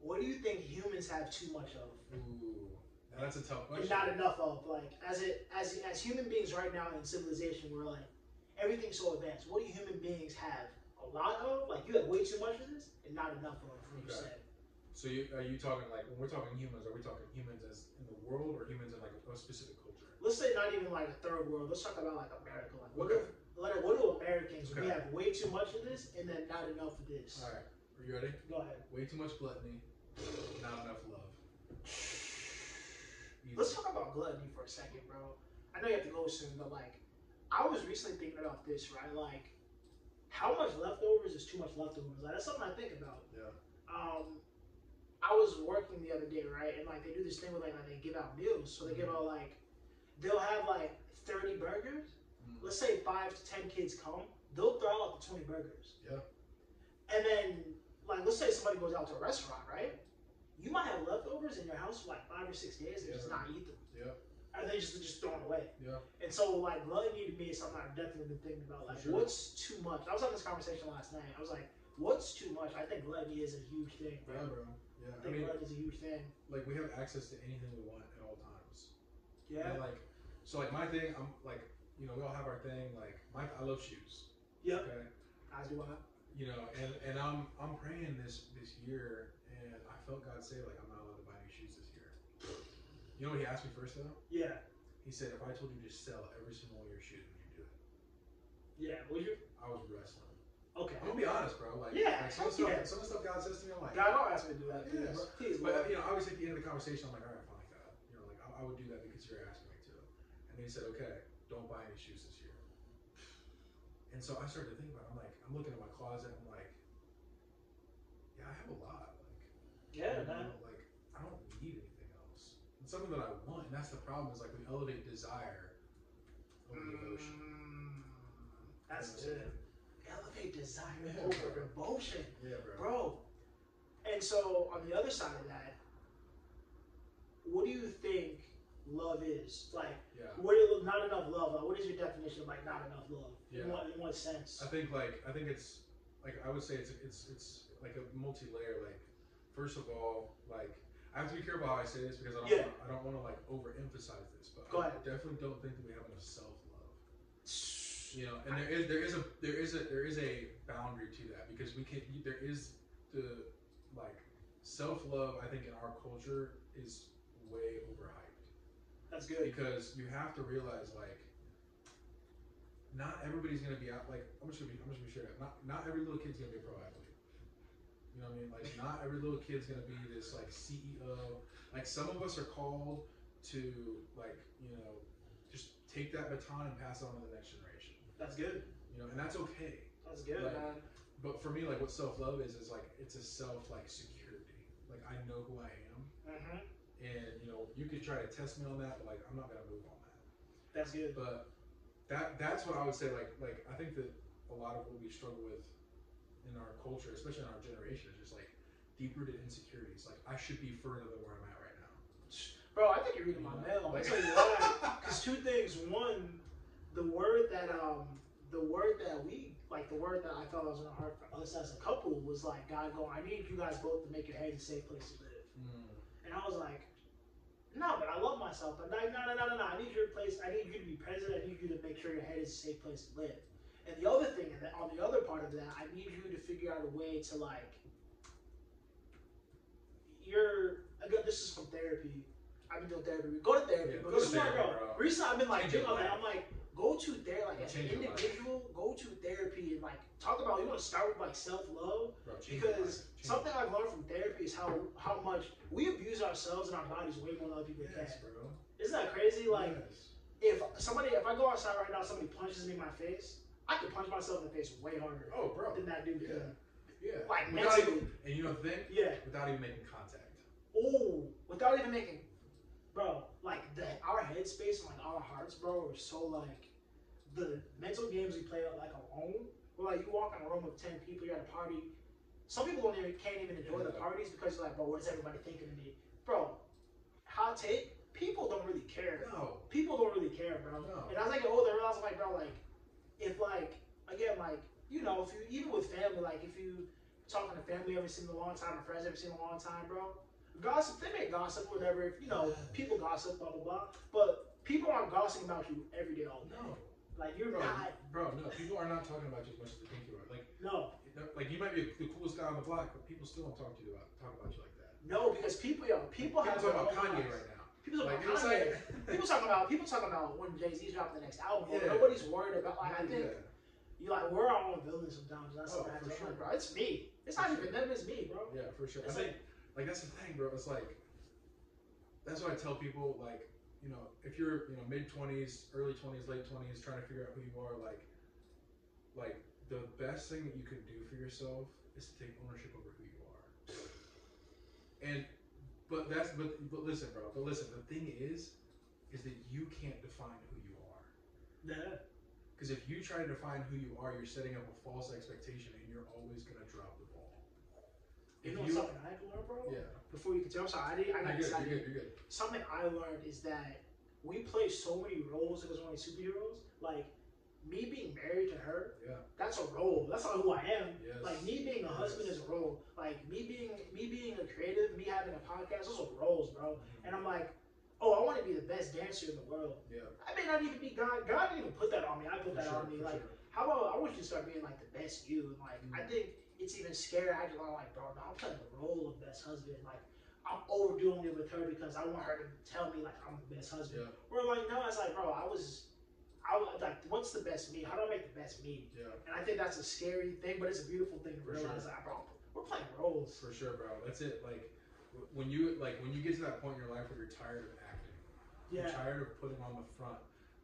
Speaker 1: What do you think humans have too much of?
Speaker 2: right. Ooh, now that's a tough
Speaker 1: and
Speaker 2: question.
Speaker 1: not enough of. Like as it as as human beings right now in civilization, we're like everything's so advanced. What do human beings have a lot of? Like you have way too much of this and not enough of. What you
Speaker 2: Okay.
Speaker 1: said.
Speaker 2: So you, are you talking like when we're talking humans? Are we talking humans as in the world, or humans in like a, a specific culture?
Speaker 1: Let's say not even like a third world. Let's talk about like America. Like what?
Speaker 2: Okay.
Speaker 1: do- Like what do Americans?
Speaker 2: Okay.
Speaker 1: We have way too much of this and then not enough of this.
Speaker 2: All right. Are you ready?
Speaker 1: Go ahead.
Speaker 2: Way too much gluttony, not enough love. Easy.
Speaker 1: Let's talk about gluttony for a second, bro. I know you have to go soon, but like, I was recently thinking about this, right? Like, how much leftovers is too much leftovers? Like, that's something I think about.
Speaker 2: Yeah.
Speaker 1: Um, I was working the other day, right? And like, they do this thing with like, like they give out meals. So they give
Speaker 2: Mm-hmm.
Speaker 1: out like, they'll have like 30 burgers.
Speaker 2: Mm.
Speaker 1: Let's say five to 10 kids come, they'll throw out the 20 burgers.
Speaker 2: Yeah.
Speaker 1: And then, like, let's say somebody goes out to a restaurant, right? You might have leftovers in your house for like five or six days and
Speaker 2: Yeah.
Speaker 1: just not eat them
Speaker 2: Yeah.
Speaker 1: are they just just thrown away?
Speaker 2: Yeah.
Speaker 1: And so like gluttony to me is something I've definitely been thinking about.
Speaker 2: For
Speaker 1: Like
Speaker 2: sure.
Speaker 1: what's too much? I was having this conversation last night. I was like, what's too much? I think gluttony is a huge thing.
Speaker 2: Yeah,
Speaker 1: Bro.
Speaker 2: bro.
Speaker 1: I
Speaker 2: Yeah. I
Speaker 1: think
Speaker 2: mean,
Speaker 1: gluttony is a huge thing.
Speaker 2: like we have access to anything we want at all times.
Speaker 1: Yeah.
Speaker 2: And, like, so like my thing, I'm like, you know, we all have our thing. Like, my, I love shoes.
Speaker 1: Yep.
Speaker 2: Okay.
Speaker 1: As do I.
Speaker 2: You know, and and I'm I'm praying this this year, and I felt God say like I'm not allowed to buy new shoes this year. You know what He asked me first though?
Speaker 1: Yeah.
Speaker 2: He said if I told you to sell every single one of your shoes, would you do it?
Speaker 1: Yeah. Would you?
Speaker 2: I was wrestling.
Speaker 1: Okay.
Speaker 2: I'm gonna be honest, bro. Like,
Speaker 1: Yeah,
Speaker 2: like, some of the
Speaker 1: fuck yeah.
Speaker 2: stuff, some of the stuff God says to me, I'm like,
Speaker 1: God, don't ask me to do that.
Speaker 2: Yeah,
Speaker 1: Please.
Speaker 2: bro.
Speaker 1: Please,
Speaker 2: But
Speaker 1: Lord.
Speaker 2: you know, obviously at the end of the conversation, I'm like, all right, fine, God. You know, like I, I would do that because you're asking me to. And then he said, okay, don't buy any shoes this year. And so I started to think about. It. I'm like, I'm looking at my closet. I'm like, yeah, I have a lot. Like,
Speaker 1: Yeah,
Speaker 2: you
Speaker 1: man.
Speaker 2: know, like I don't need anything else. It's something that I want, and that's the problem. Is like we elevate desire over devotion.
Speaker 1: Mm, that's
Speaker 2: You know
Speaker 1: good.
Speaker 2: what
Speaker 1: Elevate desire
Speaker 2: Yeah,
Speaker 1: over
Speaker 2: bro.
Speaker 1: devotion.
Speaker 2: I'm saying? Yeah, bro.
Speaker 1: bro. And so on the other side of that, what do you think love is? Like,
Speaker 2: Yeah.
Speaker 1: what is not enough love? Like, what is your definition of like not enough love?
Speaker 2: Yeah. Uh,
Speaker 1: In what in what sense?
Speaker 2: I think like I think it's like I would say it's it's it's like a multi layer. Like first of all, like I have to be careful how I say this because I don't
Speaker 1: Yeah.
Speaker 2: wanna, I don't want to like overemphasize this, but
Speaker 1: Go
Speaker 2: I
Speaker 1: ahead.
Speaker 2: definitely don't think that we have enough self love. You know, and there is there is a there is a there is a boundary to that because we can not there is the like self love. I think in our culture is way overhyped
Speaker 1: That's good.
Speaker 2: because you have to realize like not everybody's gonna be out. Like I'm just gonna be, I'm just gonna be straight up. Not not every little kid's gonna be a pro athlete. You know what I mean? Like not every little kid's gonna be this like CEO. Like some of us are called to like you know just take that baton and pass it on to the next generation.
Speaker 1: That's good.
Speaker 2: You know, and that's okay.
Speaker 1: That's good,
Speaker 2: Right.
Speaker 1: man.
Speaker 2: But for me, like what self love is is like it's a self like security. Like I know who I am,
Speaker 1: hmm
Speaker 2: and you know you could try to test me on that, but like I'm not gonna move on that.
Speaker 1: That's good.
Speaker 2: But that that's what I would say. Like like I think that a lot of what we struggle with in our culture, especially in our generation, is just like deep rooted insecurities. Like I should be further than where I'm at right now.
Speaker 1: Bro, I think you're reading my mail. I'm gonna tell you why. Because two things. One, the word that um, the word that we like, the word that I thought was in our heart for us as a couple was like, God, go. I need you guys both to make your head a safe place to live.
Speaker 2: Mm,
Speaker 1: And I was like, No, but I love myself. But like, no, no, no, no, no. I need your place. I need you to be present. I need you to make sure your head is a safe place to live. And the other thing, and the- on the other part of that, I need you to figure out a way to like. You're again. This is from therapy. I've been doing therapy. Go to therapy.
Speaker 2: Yeah,
Speaker 1: but
Speaker 2: go to
Speaker 1: this is why,
Speaker 2: therapy,
Speaker 1: bro.
Speaker 2: bro.
Speaker 1: Recently, I've been like,
Speaker 2: Change your
Speaker 1: big on that.
Speaker 2: life.
Speaker 1: I'm like, go to therapy. Like, as an
Speaker 2: Change your life.
Speaker 1: individual, go to therapy and like talk about. You want to start with like self love
Speaker 2: Bro, change your
Speaker 1: because
Speaker 2: mind. Change your
Speaker 1: something I've learned from therapy is how how much we abuse ourselves and our bodies way more than other people
Speaker 2: mind.
Speaker 1: can.
Speaker 2: yes, bro.
Speaker 1: Isn't that crazy? Like
Speaker 2: yes.
Speaker 1: if somebody if I go outside right now, somebody punches me in my face, I could punch myself in the face way harder
Speaker 2: oh, bro,
Speaker 1: than that dude could.
Speaker 2: yeah.
Speaker 1: Like
Speaker 2: without even,
Speaker 1: mentally.
Speaker 2: and you know the thing,
Speaker 1: Yeah.
Speaker 2: without even making contact.
Speaker 1: Oh, without even making bro, like the our headspace and like our hearts, bro, are so like the mental games we play like alone. Where like you walk in a room of ten people, you're at a party. Some people don't even can't even enjoy the
Speaker 2: Yeah.
Speaker 1: parties because you're like, bro, what is everybody thinking of me? Bro, hot take, people don't really care.
Speaker 2: No,
Speaker 1: People don't really care, bro.
Speaker 2: No.
Speaker 1: And as I get older, I realize I'm like, bro, like if like again, like, you know, if you even with family, like if you talking to family every single long time and friends every single long time, bro. Gossip, they may gossip, whatever. If you know, people gossip, blah blah blah. But people aren't gossiping about you every day, all day.
Speaker 2: no,
Speaker 1: Like you're
Speaker 2: bro,
Speaker 1: not.
Speaker 2: bro, no. People are not talking about you as much as they think you are. Like,
Speaker 1: No,
Speaker 2: like you might be the coolest guy on the block, but people still don't talk to you about talk about you like that.
Speaker 1: no, because people, yo, people have their
Speaker 2: talk about
Speaker 1: own
Speaker 2: Kanye
Speaker 1: lives.
Speaker 2: right now.
Speaker 1: People talk
Speaker 2: Like,
Speaker 1: about
Speaker 2: it's
Speaker 1: Kanye.
Speaker 2: like-
Speaker 1: people talking about people talking about when Jay Z's dropping the next album. but
Speaker 2: Yeah.
Speaker 1: Nobody's worried about. Like I think
Speaker 2: Yeah.
Speaker 1: you like we're our own villains sometimes. and That's
Speaker 2: Oh,
Speaker 1: something I
Speaker 2: for
Speaker 1: have to- I'm
Speaker 2: sure.
Speaker 1: like, bro. It's me. It's not
Speaker 2: For
Speaker 1: even
Speaker 2: sure.
Speaker 1: them. It's me, bro.
Speaker 2: Yeah, for sure. I
Speaker 1: It's
Speaker 2: think, like, that's the thing, bro. It's like, that's why I tell people, like, you know, if you're, you know, mid 20s, early 20s, late 20s, trying to figure out who you are, like, like, the best thing that you can do for yourself is to take ownership over who you are. And, but that's, but, but listen, bro, but listen, the thing is, is that you can't define who you are.
Speaker 1: Yeah.
Speaker 2: Because if you try to define who you are, you're setting up a false expectation and you're always going to drop the ball.
Speaker 1: You
Speaker 2: If
Speaker 1: know
Speaker 2: you-
Speaker 1: something I had to learn, bro.
Speaker 2: Yeah.
Speaker 1: Before you continue, I'm sorry. I didn't. I got
Speaker 2: You're good, you're
Speaker 1: excited.
Speaker 2: good, you're good.
Speaker 1: something I learned is that we play so many roles as one of these superheroes. Like me being married to her,
Speaker 2: Yeah.
Speaker 1: that's a role. That's not who I am.
Speaker 2: Yes.
Speaker 1: Like me being a husband is a role. Like me being me being a creative, me having a podcast, those are roles, bro. And I'm like, oh, I want to be the best dancer in the world.
Speaker 2: Yeah.
Speaker 1: I may not even be God. God didn't even put that on me. I put
Speaker 2: For
Speaker 1: that
Speaker 2: sure,
Speaker 1: on me.
Speaker 2: for
Speaker 1: Like,
Speaker 2: sure.
Speaker 1: how about I want you to start being like the best you? And like, I
Speaker 2: Mhm.
Speaker 1: think it's even scary. I just I'm like, bro, no, I'm playing the role of best husband. Like, I'm overdoing it with her because I want her to tell me like I'm the best husband.
Speaker 2: Yeah.
Speaker 1: We're like, no, it's like, bro, I was, I was like, what's the best me? How do I make the best me?
Speaker 2: Yeah.
Speaker 1: And I think that's a scary thing, but it's a beautiful thing to
Speaker 2: For
Speaker 1: realize.
Speaker 2: sure.
Speaker 1: Like, bro, we're playing roles.
Speaker 2: For sure, bro. That's it. Like w- when you like when you get to that point in your life where you're tired of acting, you're
Speaker 1: Yeah.
Speaker 2: tired of putting on the front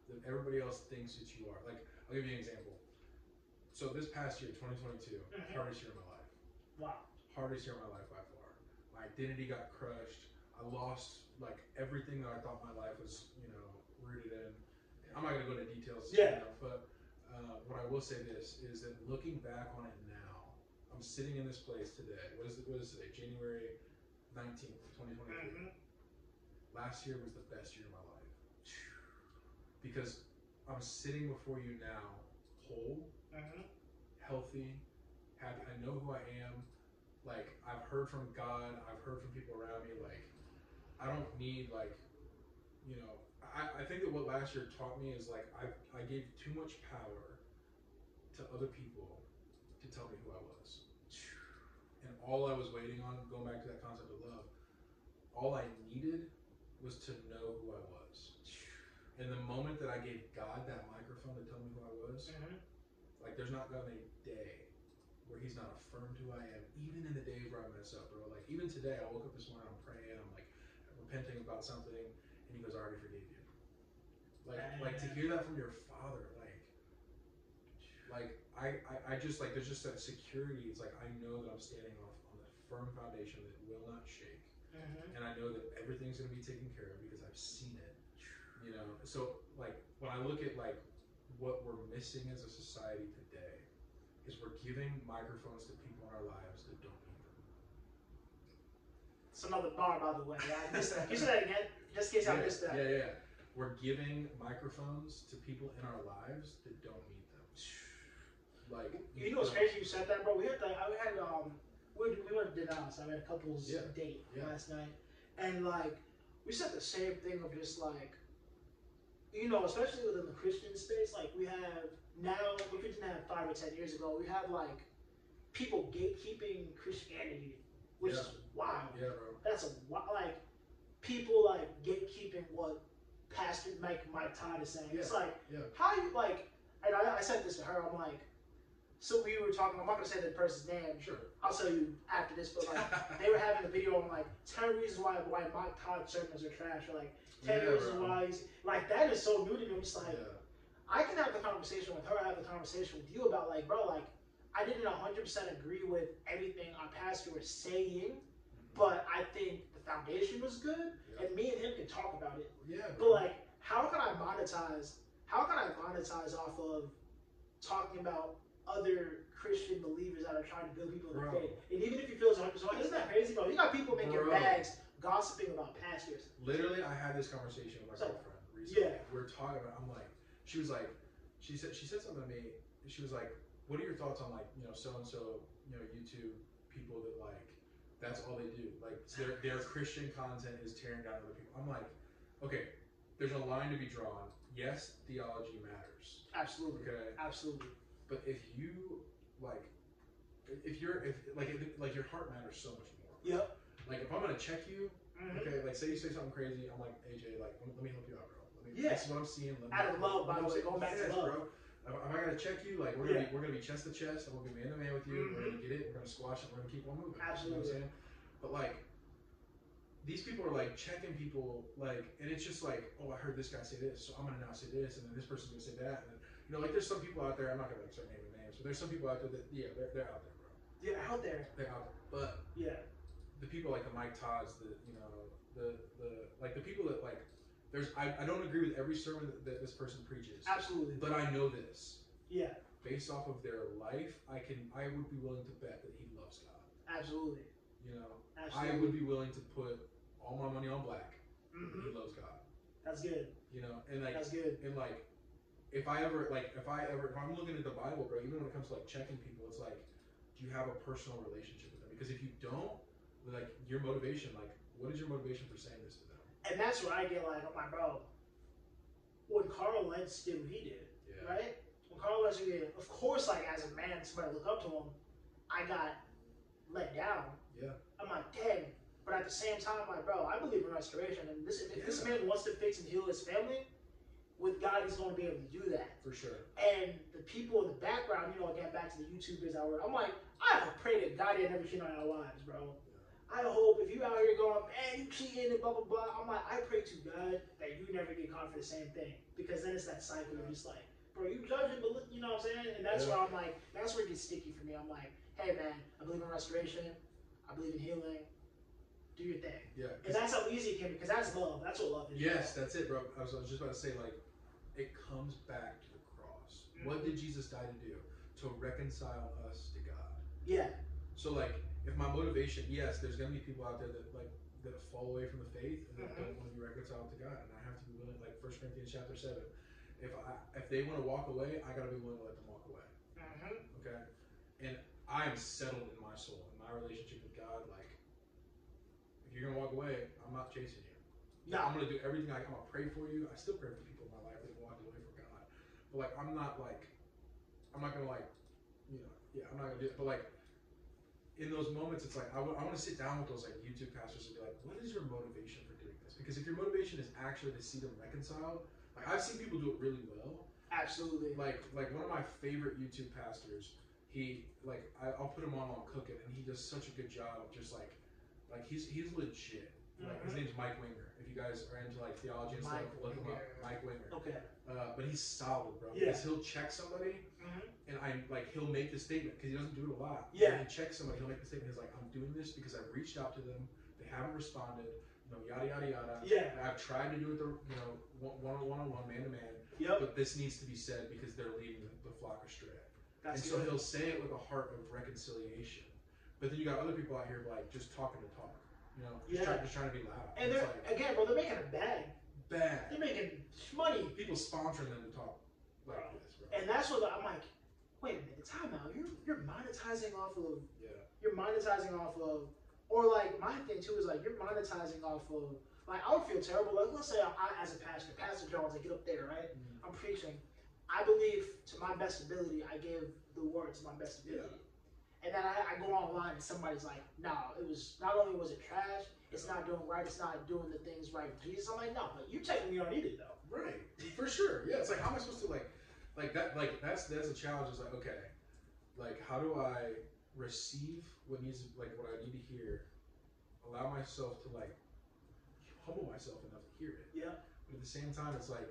Speaker 2: that everybody else thinks that you are. Like I'll give you an example. So this past year, 2022,
Speaker 1: Mhm.
Speaker 2: hardest year of my life.
Speaker 1: Wow.
Speaker 2: Hardest year of my life by far. My identity got crushed. I lost like everything that I thought my life was, you know, rooted in. I'm not gonna go into details. you
Speaker 1: Yeah.
Speaker 2: know, but uh, what I will say this is that looking back on it now, I'm sitting in this place today. What is it? What is today? January 19th, 2023.
Speaker 1: Mhm.
Speaker 2: Last year was the best year of my life because I'm sitting before you now, whole,
Speaker 1: Mhm.
Speaker 2: healthy, happy. I know who I am. Like I've heard from God. I've heard from people around me. Like I don't need like, you know. I, I think that what last year taught me is like I I gave too much power to other people to tell me who I was, and all I was waiting on going back to that concept of love. All I needed was to know who I was. And the moment that I gave God that microphone to tell me who I was,
Speaker 1: Mhm.
Speaker 2: like there's not gonna be a day where he's not affirmed who I am, even in the days where I mess up, bro. Like even today, I woke up this morning, I'm praying, I'm like repenting about something, and he goes, "I already forgave you." Like, like to hear that from your father, like, like I, I, I just like there's just that security. It's like I know that I'm standing off on that firm foundation that will not shake
Speaker 1: Mhm.
Speaker 2: and I know that everything's gonna be taken care of because I've seen it. You know, so like when I look at like what we're missing as a society today is we're giving microphones to people in our lives that don't need them.
Speaker 1: It's another bar, by the way. I missed that. Can you say that again? Just in case I missed that.
Speaker 2: yeah, yeah. We're giving microphones to people in our lives that don't need them. Like
Speaker 1: You know what's crazy? You said that, bro. We had the, I had um, we were, we went to Denali. I had a couple's
Speaker 2: Yeah.
Speaker 1: date
Speaker 2: Yeah.
Speaker 1: last night, and like we said the same thing of just like, you know, especially within the Christian space, like we have now, we didn't have five or ten years ago. We have like people gatekeeping Christianity, which is wild.
Speaker 2: Yeah, bro.
Speaker 1: That's a wild, like people like gatekeeping what Pastor Mike Mike Todd is saying. It's like
Speaker 2: Yeah.
Speaker 1: how you like, and I, I said this to her. I'm like, so we were talking. I'm not gonna say the person's name.
Speaker 2: Sure.
Speaker 1: I'll tell you after this. But like, they were having a video on like ten reasons why why Mike Todd sermons are trash. Or like ten
Speaker 2: Yeah,
Speaker 1: reasons
Speaker 2: bro.
Speaker 1: why he's like that is so new to me. I'm just like,
Speaker 2: yeah.
Speaker 1: I can have the conversation with her. I have the conversation with you about like, bro, like I didn't 100 percent agree with everything our pastor was saying, but I think the foundation was good,
Speaker 2: yeah.
Speaker 1: and me and him can talk about it.
Speaker 2: Yeah,
Speaker 1: But
Speaker 2: bro.
Speaker 1: like, how can I monetize? How can I monetize off of talking about other Christian believers that are trying to build people in the
Speaker 2: Bro.
Speaker 1: faith? And even if you feel it's 100, percent isn't that crazy, bro? You got people making
Speaker 2: Bro.
Speaker 1: bags gossiping about pastors.
Speaker 2: Literally, I had this conversation with my
Speaker 1: So-
Speaker 2: girlfriend recently.
Speaker 1: yeah.
Speaker 2: We were talking about. I'm like, she was like, she said she said something to me. She was like, "What are your thoughts on like you know so and so you know YouTube people that like that's all they do like their their Christian content is tearing down other people." I'm like, okay, there's a line to be drawn. Yes, theology matters.
Speaker 1: Absolutely,
Speaker 2: Okay,
Speaker 1: absolutely.
Speaker 2: but if you like, if you're if like if, like your heart matters so much more.
Speaker 1: Yep.
Speaker 2: Like if I'm gonna check you,
Speaker 1: Mhm.
Speaker 2: Okay, like say you say something crazy, I'm like AJ, like let me, let me help you out, bro. Let me,
Speaker 1: Yeah.
Speaker 2: This is what I'm seeing. Let me,
Speaker 1: Out of love, by
Speaker 2: you know
Speaker 1: the way,
Speaker 2: what I'm
Speaker 1: going back to
Speaker 2: saying? Yes,
Speaker 1: love.
Speaker 2: bro. Am, am I gonna check you? Like we're gonna
Speaker 1: Yeah. Mm-hmm.
Speaker 2: be, we're gonna be chest to chest. I'm gonna be man to man with you. We're gonna get it. We're gonna squash it. We're gonna keep on moving.
Speaker 1: Absolutely.
Speaker 2: You know what I'm saying? But like these people are like checking people, like, and it's just like, oh, I heard this guy say this, so I'm gonna now say this, and then this person's gonna say that, and then, you know, like there's some people out there. I'm not gonna like, start naming names, but there's some people out there that yeah, they're, they're out there, bro.
Speaker 1: They're out there.
Speaker 2: They're out there, but
Speaker 1: Yeah.
Speaker 2: the people like the Mike Todds, the you know, the the like the people that like there's I, I don't agree with every sermon that, that this person preaches,
Speaker 1: Absolutely.
Speaker 2: but I know this
Speaker 1: Yeah.
Speaker 2: based off of their life. I can I would be willing to bet that he loves God.
Speaker 1: Absolutely.
Speaker 2: You know,
Speaker 1: Absolutely.
Speaker 2: I would be willing to put all my money on black. that
Speaker 1: Mhm.
Speaker 2: He loves God.
Speaker 1: That's good.
Speaker 2: You know, and like
Speaker 1: That's good.
Speaker 2: and like if I ever like if I ever if I'm looking at the Bible, bro, even when it comes to like checking people, it's like, do you have a personal relationship with them? Because if you don't, like your motivation, like what is your motivation for saying this to them?
Speaker 1: And that's where I get like, oh my bro. When Carl Lentz did what he did, right? When Carl Lentz did, of course, like as a man, somebody look up to him. I got let down.
Speaker 2: Yeah.
Speaker 1: I'm like, dang. But at the same time, like, bro, I believe in restoration, and this if this man wants to fix and heal his family, with God, he's going to be able to do that.
Speaker 2: For sure.
Speaker 1: and the people in the background, you know, again, back to the YouTubers I were, I'm like, I have pray to God they never cheat on our lives, bro. I hope if you out here going, man, you cheating and blah, blah, blah, I'm like, I pray to God that you never get caught for the same thing. Because then it's that cycle of just like, bro, you judging, but look, you know what I'm saying? And that's
Speaker 2: Yeah.
Speaker 1: where I'm like, that's where it gets sticky for me. I'm like, hey, man, I believe in restoration. I believe in healing. Do your thing.
Speaker 2: Yeah.
Speaker 1: And that's how easy it can be, because that's love. That's what love is.
Speaker 2: Yes, that's it, bro. I was, I was just about to say, like, it comes back to the cross. What did Jesus die to do? To reconcile us to God.
Speaker 1: Yeah.
Speaker 2: So like, if my motivation, yes, there's gonna be people out there that like that fall away from the faith and that don't want to be reconciled to God, and I have to be willing. Like First Corinthians chapter seven, if I if they want to walk away, I gotta be willing to let them walk away.
Speaker 1: Mm-hmm.
Speaker 2: Okay, and I am settled in my soul in my relationship with God. Like, if you're gonna walk away, I'm not chasing you. Yeah, I'm gonna do everything. I, I'm gonna pray for you. I still pray for people in my life that have walked away from God, but like I'm not like, I'm not gonna like, you know, yeah, I'm not gonna do it. But like, in those moments, it's like I want to sit down with those like YouTube pastors and be like, what is your motivation for doing this? Because if your motivation is actually to see them reconciled, Like I've seen people do it really well,
Speaker 1: Absolutely.
Speaker 2: like like one of my favorite YouTube pastors. He like I, I'll put him on while I'm cooking, and he does such a good job of just like like he's he's legit. Like, his name's Mike Winger. If you guys are into like theology and stuff,
Speaker 1: Mm-hmm. Mike
Speaker 2: look him up.
Speaker 3: Winger.
Speaker 2: Mike Winger.
Speaker 1: Okay.
Speaker 2: Uh, but he's solid, bro.
Speaker 1: Yeah.
Speaker 2: Because he'll check somebody,
Speaker 1: Mhm.
Speaker 2: and I'm like he'll make the statement because he doesn't do it a lot.
Speaker 1: Yeah.
Speaker 2: When he checks somebody, he'll make the statement. He's like, I'm doing this because I've reached out to them, they haven't responded. You know, yada yada yada.
Speaker 1: Yeah.
Speaker 2: I've tried to do it the you know one on one on one, man to man,
Speaker 1: Yep.
Speaker 2: but this needs to be said because they're leading the, the flock astray.
Speaker 1: That's
Speaker 2: and so
Speaker 1: good.
Speaker 2: he'll say it with a heart of reconciliation. But then you got other people out here like just talking to talk, you know, just,
Speaker 1: Yeah.
Speaker 2: try, just trying to be loud.
Speaker 1: And
Speaker 2: it's
Speaker 1: they're
Speaker 2: like
Speaker 1: again, bro. They're making a bag. They're
Speaker 2: bad.
Speaker 1: making money,
Speaker 2: People sponsoring them to talk like
Speaker 1: Bro.
Speaker 2: this, bro.
Speaker 1: and that's what I'm like. Wait a minute, time out. You're you're monetizing off of
Speaker 2: yeah,
Speaker 1: you're monetizing off of, or like my thing too is like you're monetizing off of. Like I would feel terrible. Like let's say I, I as a pastor, Pastor Jones, I get up there, right?
Speaker 2: Mhm.
Speaker 1: I'm preaching. I believe to my best ability. I give the word to my best ability. And then I, I go online and somebody's like, "No, it was not only was it trash. It's not doing right. It's not doing the things right." for Jesus, I'm like, "No, but you technically don't need it though."
Speaker 2: right, for sure. Yeah, it's like how am I supposed to like, like that? Like that's that's a challenge. It's like okay, like how do I receive what needs like what I need to hear, allow myself to like humble myself enough to hear it.
Speaker 1: Yeah.
Speaker 2: But at the same time, it's like,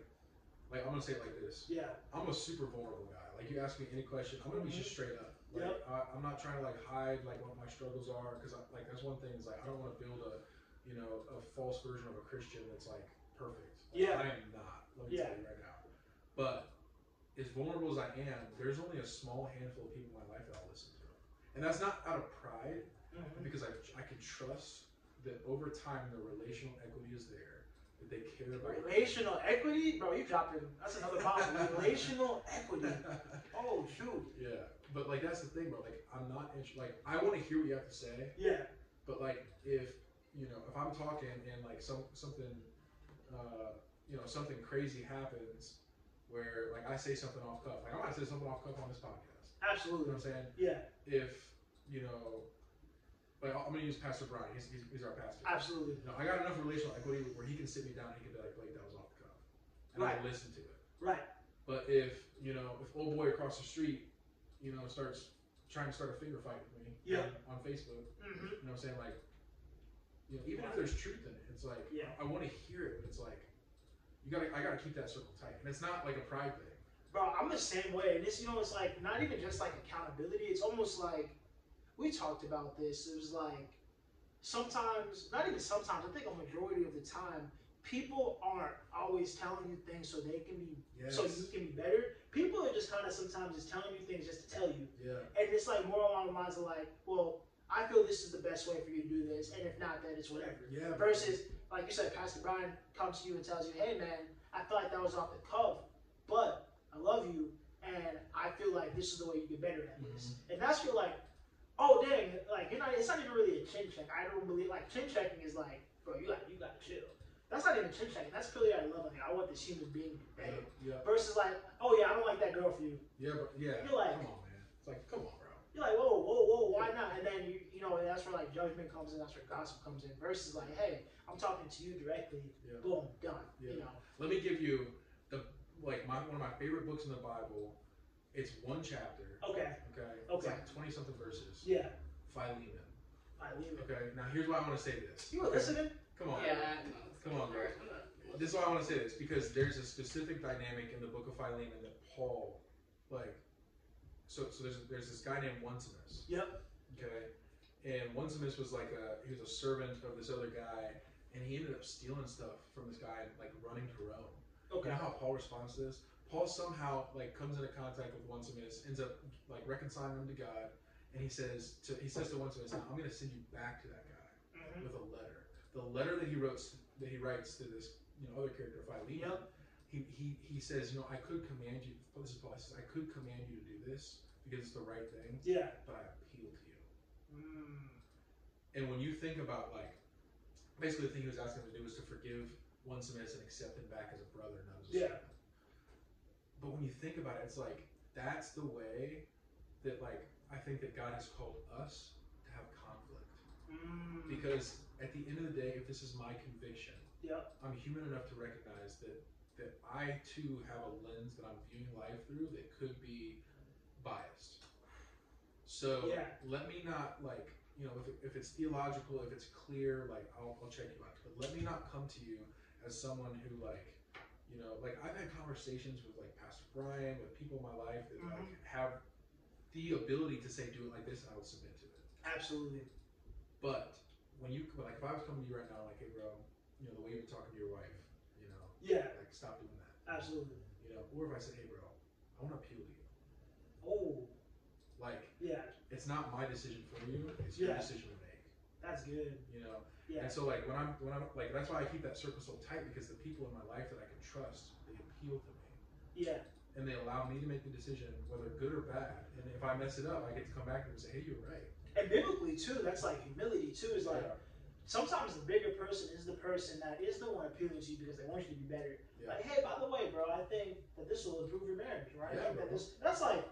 Speaker 2: like I'm gonna say it like this.
Speaker 1: Yeah.
Speaker 2: I'm a super vulnerable guy. Like you ask me any question, I'm gonna be just straight up. Like
Speaker 1: Yep.
Speaker 2: I, I'm not trying to like hide like what my struggles are because like that's one thing is like I don't want to build a, you know, a false version of a Christian that's like perfect. Like,
Speaker 1: Yeah.
Speaker 2: I am not. Let me
Speaker 1: Yeah.
Speaker 2: tell you right now. But as vulnerable as I am, there's only a small handful of people in my life that I'll listen to, and that's not out of pride
Speaker 1: Mhm.
Speaker 2: because I, I can trust that over time the relational equity is there that they care about
Speaker 1: Relational equity, bro. You dropping? That's another problem. Relational equity. Oh shoot.
Speaker 2: yeah but like that's the thing bro like i'm not int- like i want to hear what you have to say
Speaker 1: Yeah.
Speaker 2: but like if you know if i'm talking and like some something uh you know something crazy happens where like i say something off cuff like i might say something off cuff on this podcast you know
Speaker 1: Absolutely.
Speaker 2: what i'm saying
Speaker 1: Yeah.
Speaker 2: if you know like i'm gonna use pastor brian he's, he's, he's our pastor
Speaker 1: Absolutely.
Speaker 2: No, I got enough relational equity where he can sit me down and he can be like, Blake, that was off the cuff. And
Speaker 1: Right.
Speaker 2: I listen to it.
Speaker 1: Right.
Speaker 2: But if, you know, if old boy across the street, you know, starts trying to start a finger fight with me
Speaker 1: Yeah.
Speaker 2: on, on Facebook,
Speaker 1: hmm
Speaker 2: you know what I'm saying? Like, you know, even if there's truth in it, it's like,
Speaker 1: Yeah.
Speaker 2: I want to hear it, but it's like, you gotta, I gotta keep that circle tight. And it's not like a pride thing.
Speaker 1: Bro, I'm the same way. And it's, you know, it's like not even just like accountability. It's almost like we talked about this. It was like sometimes, not even sometimes, I think a majority of the time, people aren't always telling you things so they can be,
Speaker 2: Yes.
Speaker 1: so you can be better. People are just kind of sometimes just telling you things just to tell you.
Speaker 2: yeah.
Speaker 1: And it's like more along the lines of like, well, I feel this is the best way for you to do this. And if not, then it's whatever.
Speaker 2: Yeah.
Speaker 1: Versus, like you said, Pastor Brian comes to you and tells you, "Hey, man, I feel like that was off the cuff, but I love you, and I feel like this is the way you get better at this."
Speaker 2: Mm-hmm.
Speaker 1: And that's where, like, oh dang, like you're not. It's not even really a chin check. I don't believe like chin checking is like, bro, you got you got to chill. That's not even chin checking. That's purely out of love. Like, I want this human being to be
Speaker 2: Yeah.
Speaker 1: better.
Speaker 2: Yeah.
Speaker 1: Versus like, oh yeah, I don't like that girl for you.
Speaker 2: Yeah. But, yeah.
Speaker 1: You're like-
Speaker 2: come on, man. It's like, come on, bro.
Speaker 1: You're like, whoa, whoa, whoa, why not? And then you, you know, and that's where like judgment comes in. That's where gossip comes in. Versus like, hey, I'm talking to you directly.
Speaker 2: Yeah.
Speaker 1: Boom, done. You
Speaker 2: Yeah.
Speaker 1: know.
Speaker 2: Let me give you the like my one of my favorite books in the Bible. It's one chapter.
Speaker 1: Okay.
Speaker 2: Okay. It's
Speaker 1: Okay.
Speaker 2: like twenty something verses.
Speaker 1: Yeah.
Speaker 2: Philemon.
Speaker 1: I leave it.
Speaker 2: Okay. Now here's why I want to say this.
Speaker 1: You were
Speaker 2: Okay,
Speaker 1: listening?
Speaker 2: Come on.
Speaker 3: Yeah. I know.
Speaker 2: Come on, bro. This is why I want to say this because there's a specific dynamic in the book of Philemon that Paul, like, so so there's there's this guy named Onesimus.
Speaker 1: Yep.
Speaker 2: Okay. And Onesimus was like a he was a servant of this other guy, and he ended up stealing stuff from this guy and like running to Rome. You
Speaker 1: Okay.
Speaker 2: know how Paul responds to this? Paul somehow like comes into contact with Onesimus, ends up like reconciling him to God, and he says to he says to Onesimus, "I'm going to send you back to that guy
Speaker 1: Mhm.
Speaker 2: with a letter. The letter that he wrote that he writes to this you know other character Philemon, he, he he says, you know, I could command you. This is Paul. He says, I could command you to do this because it's the right thing,
Speaker 1: Yeah.
Speaker 2: but I appeal to you.
Speaker 1: Mm.
Speaker 2: And when you think about like basically the thing he was asking him to do was to forgive Onesimus and accept him back as a brother, not as a
Speaker 1: Yeah.
Speaker 2: servant. But when you think about it, it's like that's the way that like I think that God has called us to have conflict.
Speaker 1: Mm.
Speaker 2: Because at the end of the day, if this is my conviction,
Speaker 1: Yep.
Speaker 2: I'm human enough to recognize that that I too have a lens that I'm viewing life through that could be biased. So
Speaker 1: Yeah.
Speaker 2: let me not like you know if, it- if it's theological, if it's clear, like I'll, I'll check you out. But let me not come to you as someone who like you know like I've had conversations with like Pastor Brian with people in my life that like
Speaker 1: Mm-hmm.
Speaker 2: have the ability to say do it like this. I will submit to it.
Speaker 1: Absolutely.
Speaker 2: But when you like, if I was coming to you right now, like, hey, bro, you know, the way you've been talking to your wife, you know,
Speaker 1: Yeah.
Speaker 2: like, stop doing that,
Speaker 1: Absolutely.
Speaker 2: you know, or if I said, hey, bro, I want to appeal to you,
Speaker 1: Oh,
Speaker 2: like,
Speaker 1: yeah.
Speaker 2: it's not my decision for you, it's your
Speaker 1: Yeah.
Speaker 2: decision to make,
Speaker 1: That's good.
Speaker 2: you know.
Speaker 1: Yeah.
Speaker 2: And so, like, when I'm, when I'm, like, that's why I keep that circle so tight because the people in my life that I can trust, they appeal to me.
Speaker 1: Yeah.
Speaker 2: And they allow me to make the decision, whether good or bad. And if I mess it up, I get to come back to them and say, "Hey, you're right."
Speaker 1: And biblically too, that's like humility too. Is like sometimes the bigger person is the person that is the one appealing to you because they want you to be better.
Speaker 2: Yeah.
Speaker 1: Like, hey, by the way, bro, I think that this will improve your marriage, right? I
Speaker 2: Yeah,
Speaker 1: think
Speaker 2: bro.
Speaker 1: that this, that's like,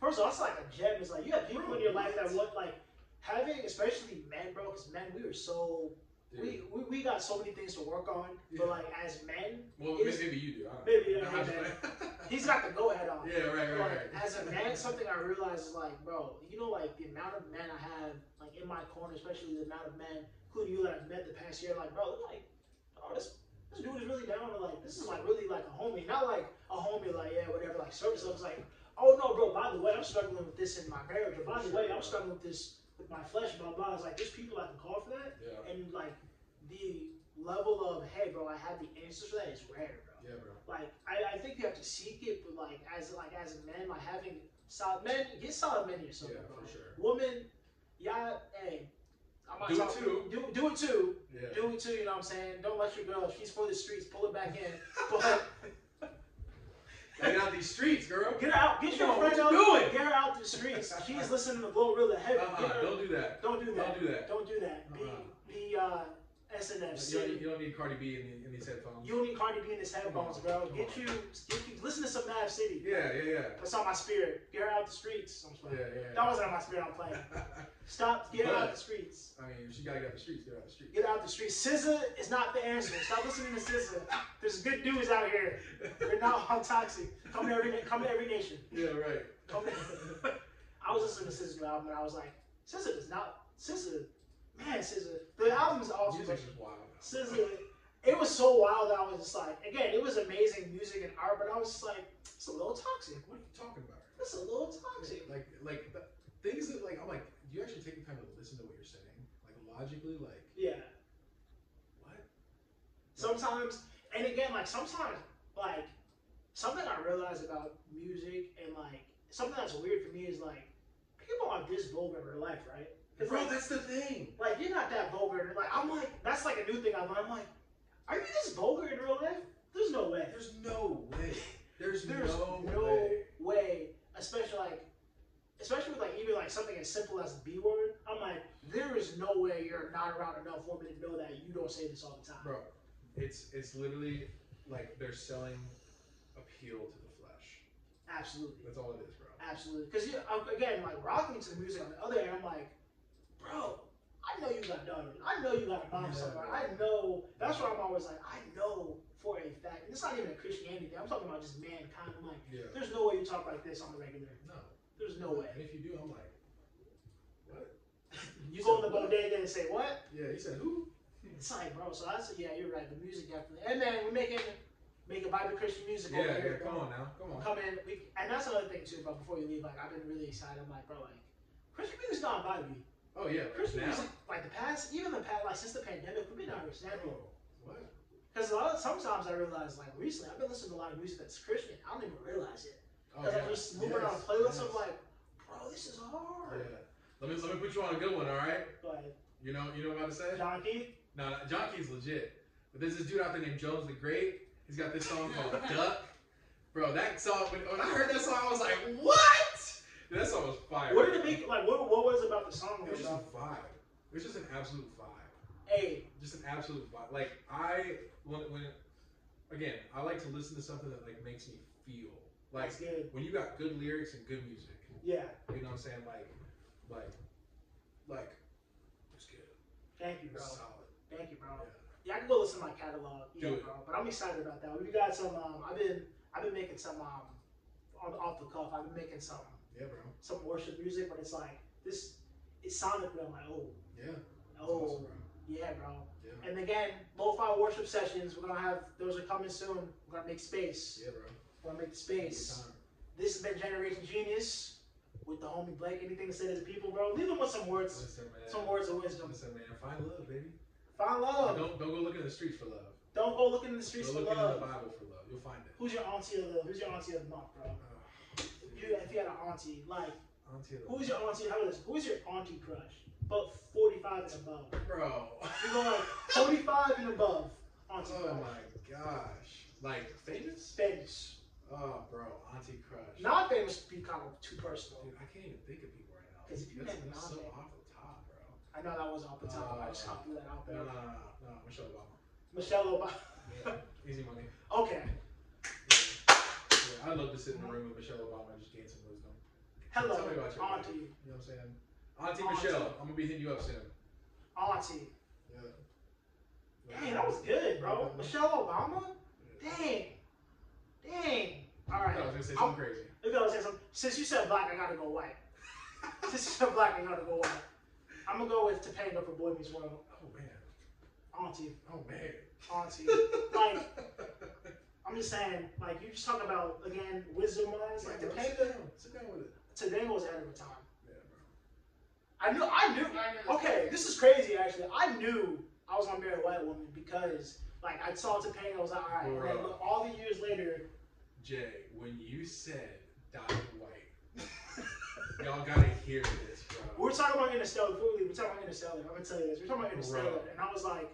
Speaker 1: first of all, that's like a gem. It's like you have people in your life that want like having, especially men, bro, because men, we were so
Speaker 2: Dude.
Speaker 1: we, we we got so many things to work on.
Speaker 2: Yeah.
Speaker 1: But like as men,
Speaker 2: well,
Speaker 1: is-
Speaker 2: maybe you do. I don't
Speaker 1: Maybe,
Speaker 2: know.
Speaker 1: yeah,
Speaker 2: I'm
Speaker 1: maybe.
Speaker 2: just-
Speaker 1: he's got the go ahead on.
Speaker 2: Yeah, right, right,
Speaker 1: Like,
Speaker 2: right.
Speaker 1: as a man, something I realized is like, bro, you know, like the amount of men I have, like in my corner, especially the amount of men, including you that I've met the past year, like, bro, like, oh, this this dude is really down to like, this is like really like a homie, not like a homie, like yeah, whatever, like service level. It's like, oh no, bro, by the way, I'm struggling with this in my marriage, or by the way, I'm struggling with this with my flesh, blah blah. It's like there's people I can call for that,
Speaker 2: Yeah,
Speaker 1: and like the level of hey, bro, I have the answers for that is rare, bro
Speaker 2: yeah, bro.
Speaker 1: like I, I think you have to seek it, but like as like as a man, like having solid men, get solid men in yourself.
Speaker 2: Yeah,
Speaker 1: bro.
Speaker 2: for sure.
Speaker 1: Woman, yeah, hey, I'm not
Speaker 2: Do it
Speaker 1: talking-
Speaker 2: too.
Speaker 1: Do, do it too.
Speaker 2: Yeah.
Speaker 1: Do it too. You know what I'm saying? Don't let your girl. if She's for the streets. Pull it back in. But
Speaker 2: Get out these streets, girl.
Speaker 1: get her out. Get
Speaker 2: Come
Speaker 1: your
Speaker 2: on, what
Speaker 1: friend
Speaker 2: you
Speaker 1: out.
Speaker 2: doing?
Speaker 1: Get her out the streets. She's listening to Glorilla Heavy.
Speaker 2: Uh-uh,
Speaker 1: Get her-
Speaker 2: don't do that.
Speaker 1: don't do that.
Speaker 2: Don't do that.
Speaker 1: Don't do that.
Speaker 2: Uh-uh.
Speaker 1: Be be uh, S and F.
Speaker 2: You don't, need, you don't need Cardi B in, the, in these headphones.
Speaker 1: You don't need Cardi B in his headphones, bro.
Speaker 2: Come
Speaker 1: Get
Speaker 2: on.
Speaker 1: you, get you listen to some Mad City.
Speaker 2: yeah, yeah, yeah.
Speaker 1: That's on my spirit. Get her out the streets. I'm just
Speaker 2: Yeah,
Speaker 1: playing. That
Speaker 2: yeah.
Speaker 1: wasn't on my spirit. I'm
Speaker 2: yeah.
Speaker 1: playing. Stop. Get her out the streets.
Speaker 2: I mean, she gotta get out the streets. Get out the streets.
Speaker 1: Get out the streets. SZA is not the answer. Stop listening to SZA. There's good dudes out here. We're not all toxic. Come to every come to every nation.
Speaker 2: yeah, right.
Speaker 1: Come to, I was listening to SZA's new album and I was like, SZA does not. SZA, man, SZA. The album's awesome. but
Speaker 2: Music's just wild.
Speaker 1: SZA, it was so wild. I was just like, again, it was amazing music and art, but I was just like, it's a little toxic.
Speaker 2: What are you talking about?
Speaker 1: It's a little toxic.
Speaker 2: Like, like the things that like I'm like, do you actually take the time to listen to what you're saying? Like logically, like
Speaker 1: Yeah.
Speaker 2: what?
Speaker 1: Sometimes, and again, like sometimes, like something I realize about music and like something that's weird for me is like people aren't this vulgar in real life, right? It's like,
Speaker 2: that's the thing.
Speaker 1: like you're not that vulgar. Like I'm like that's like a new thing I learned. I'm like, are you this vulgar in real life? There's no way.
Speaker 2: There's no way. There's,
Speaker 1: There's
Speaker 2: no,
Speaker 1: no,
Speaker 2: way.
Speaker 1: way. Especially like, especially with like even like something as simple as the B word. I'm like, there is no way you're not around enough women to know that you don't say this all the time.
Speaker 2: Bro, it's it's literally like they're selling appeal to the flesh.
Speaker 1: Absolutely.
Speaker 2: That's all it is, bro.
Speaker 1: Absolutely, because you I'm, again like rocking to the music on the other end. I'm like, bro, I know you got daughters. I know you got a mom
Speaker 2: Yeah.
Speaker 1: somewhere. I know. That's why I'm always like, I know for a fact. And it's not even a Christianity thing. I'm talking about just mankind. I'm like,
Speaker 2: Yeah.
Speaker 1: there's no way you talk like this on the regular.
Speaker 2: No.
Speaker 1: There's no way.
Speaker 2: And if you do, I'm like, what?
Speaker 1: You go in
Speaker 2: said
Speaker 1: the
Speaker 2: what?
Speaker 1: bodega and say what?
Speaker 2: Yeah, you said who?
Speaker 1: It's like, bro. So that's yeah, you're right. The music definitely. And then we're making making Bible Christian music.
Speaker 2: Yeah,
Speaker 1: over
Speaker 2: yeah,
Speaker 1: here,
Speaker 2: come
Speaker 1: bro.
Speaker 2: on now. Come on.
Speaker 1: come in. We, and that's another thing too. But before you leave, like I've been really excited. I'm like, bro, like Christian music's not about me.
Speaker 2: Oh, yeah.
Speaker 1: Christian
Speaker 2: now?
Speaker 1: music, like the past, even the past, like since the pandemic, we've been understanding.
Speaker 2: Bro, what?
Speaker 1: Because a lot of sometimes I realize, like recently, I've been listening to a lot of music that's Christian. I don't even realize it.
Speaker 2: Oh,
Speaker 1: Because
Speaker 2: yeah.
Speaker 1: I'm just moving
Speaker 2: Yes,
Speaker 1: around playlists.
Speaker 2: yes.
Speaker 1: I'm like, bro, this is hard.
Speaker 2: Yeah. Let me, let me put you on a good one, all right?
Speaker 1: But
Speaker 2: You know you know what I'm about to say?
Speaker 1: Donkey,
Speaker 2: No, no Jockey's legit. But there's this dude out there named Jones the Great. He's got this song called Duck. Bro, that song, when, when I heard that song, I was like, what? Dude, that song was fire.
Speaker 1: what did it make? Like, what, what was it about the song?
Speaker 2: It was just a vibe. It was just an absolute vibe.
Speaker 1: Hey,
Speaker 2: Just an absolute vibe. Like, I, when, when, again, I like to listen to something that, like, makes me feel. Like,
Speaker 1: that's good.
Speaker 2: when you got good lyrics and good music,
Speaker 1: Yeah,
Speaker 2: you know what I'm saying? Like, like, like, it was good.
Speaker 1: thank you,
Speaker 2: It
Speaker 1: bro.
Speaker 2: was solid.
Speaker 1: Thank you, bro.
Speaker 2: Yeah.
Speaker 1: Yeah, I can go listen to my catalog. Yeah,
Speaker 2: Do it.
Speaker 1: bro. But I'm excited about that. We got some. Um, I've been I've been making some um, on off the cuff. I've been making some
Speaker 2: Yeah, bro.
Speaker 1: some worship music, but it's like this. It sounded real. I'm like oh
Speaker 2: Yeah.
Speaker 1: oh
Speaker 2: That's awesome, bro.
Speaker 1: yeah, bro.
Speaker 2: Yeah.
Speaker 1: And again, lo-fi worship sessions. We're gonna have those are coming soon. We're gonna make space.
Speaker 2: Yeah, bro.
Speaker 1: We're gonna make the
Speaker 2: Good
Speaker 1: space.
Speaker 2: time.
Speaker 1: This has been Generation Genius with the homie Blake. Anything to say to the people, bro? Leave them with some words,
Speaker 2: Listen, man.
Speaker 1: some words of wisdom.
Speaker 2: Listen, man. Find love, baby.
Speaker 1: Find love.
Speaker 2: Don't don't go looking in the streets for love.
Speaker 1: Don't go looking in the streets for
Speaker 2: go looking in the
Speaker 1: love.
Speaker 2: Bible for love. You'll find it.
Speaker 1: Who's your auntie of the Who's your auntie of the month, bro? If you, if you had an auntie, like
Speaker 2: Auntie of the
Speaker 1: who's your auntie? How about this? Who's your auntie crush? About forty-five and above.
Speaker 2: bro.
Speaker 1: You go like forty-five and above auntie
Speaker 2: Oh
Speaker 1: crush.
Speaker 2: my gosh. Like famous?
Speaker 1: Famous,
Speaker 2: Oh, bro. Auntie crush.
Speaker 1: not famous. Be kind of too personal.
Speaker 2: Dude, I can't even think of people right now.
Speaker 1: Cause if you
Speaker 2: that's,
Speaker 1: had
Speaker 2: that's
Speaker 1: not
Speaker 2: so
Speaker 1: been-
Speaker 2: off the top, bro.
Speaker 1: I know that wasn't off the top. I
Speaker 2: Uh,
Speaker 1: just threw that out
Speaker 2: No,
Speaker 1: there.
Speaker 2: no, no, no, no. Michelle Obama.
Speaker 1: Michelle Obama.
Speaker 2: Easy money.
Speaker 1: Okay,
Speaker 2: Yeah. Yeah, I'd love to sit in the room with Michelle Obama and just gain some wisdom.
Speaker 1: hello,
Speaker 2: Tell me about your
Speaker 1: auntie.
Speaker 2: You know what I'm saying? Auntie,
Speaker 1: Auntie.
Speaker 2: Michelle, I'm gonna be hitting you up soon.
Speaker 1: Auntie.
Speaker 2: Yeah.
Speaker 1: Dang, that was good, bro. Michelle Obama? Dang. Dang. All
Speaker 2: I
Speaker 1: right.
Speaker 2: thought I was gonna say
Speaker 1: I'll-
Speaker 2: something crazy.
Speaker 1: Look, I was saying something. Since you said black, I gotta go white. Since you said black, I gotta go white. I'm gonna go with Topanga for Boy Meets World.
Speaker 2: Oh man.
Speaker 1: Auntie.
Speaker 2: Oh man.
Speaker 1: Auntie. like, I'm just saying, like, you just talking about, again, wisdom wise. Like,
Speaker 2: bro, sit
Speaker 1: Topanga,
Speaker 2: down. Sit down with it.
Speaker 1: Topanga was ahead of her time.
Speaker 2: Yeah, bro.
Speaker 1: I knew, I knew,
Speaker 3: I know this
Speaker 1: Okay,
Speaker 3: one.
Speaker 1: this is crazy actually. I knew I was gonna marry a white woman because like I saw Topanga, I was like, all right.
Speaker 2: Bruh.
Speaker 1: But all the years later,
Speaker 2: Jay, when you said die white, y'all gotta hear this,
Speaker 1: we
Speaker 2: bro.
Speaker 1: were talking about Interstellar. Before we leave, we we're talking about Interstellar. I'm gonna tell you this. We We're talking about Interstellar,
Speaker 2: Bruh.
Speaker 1: and I was like,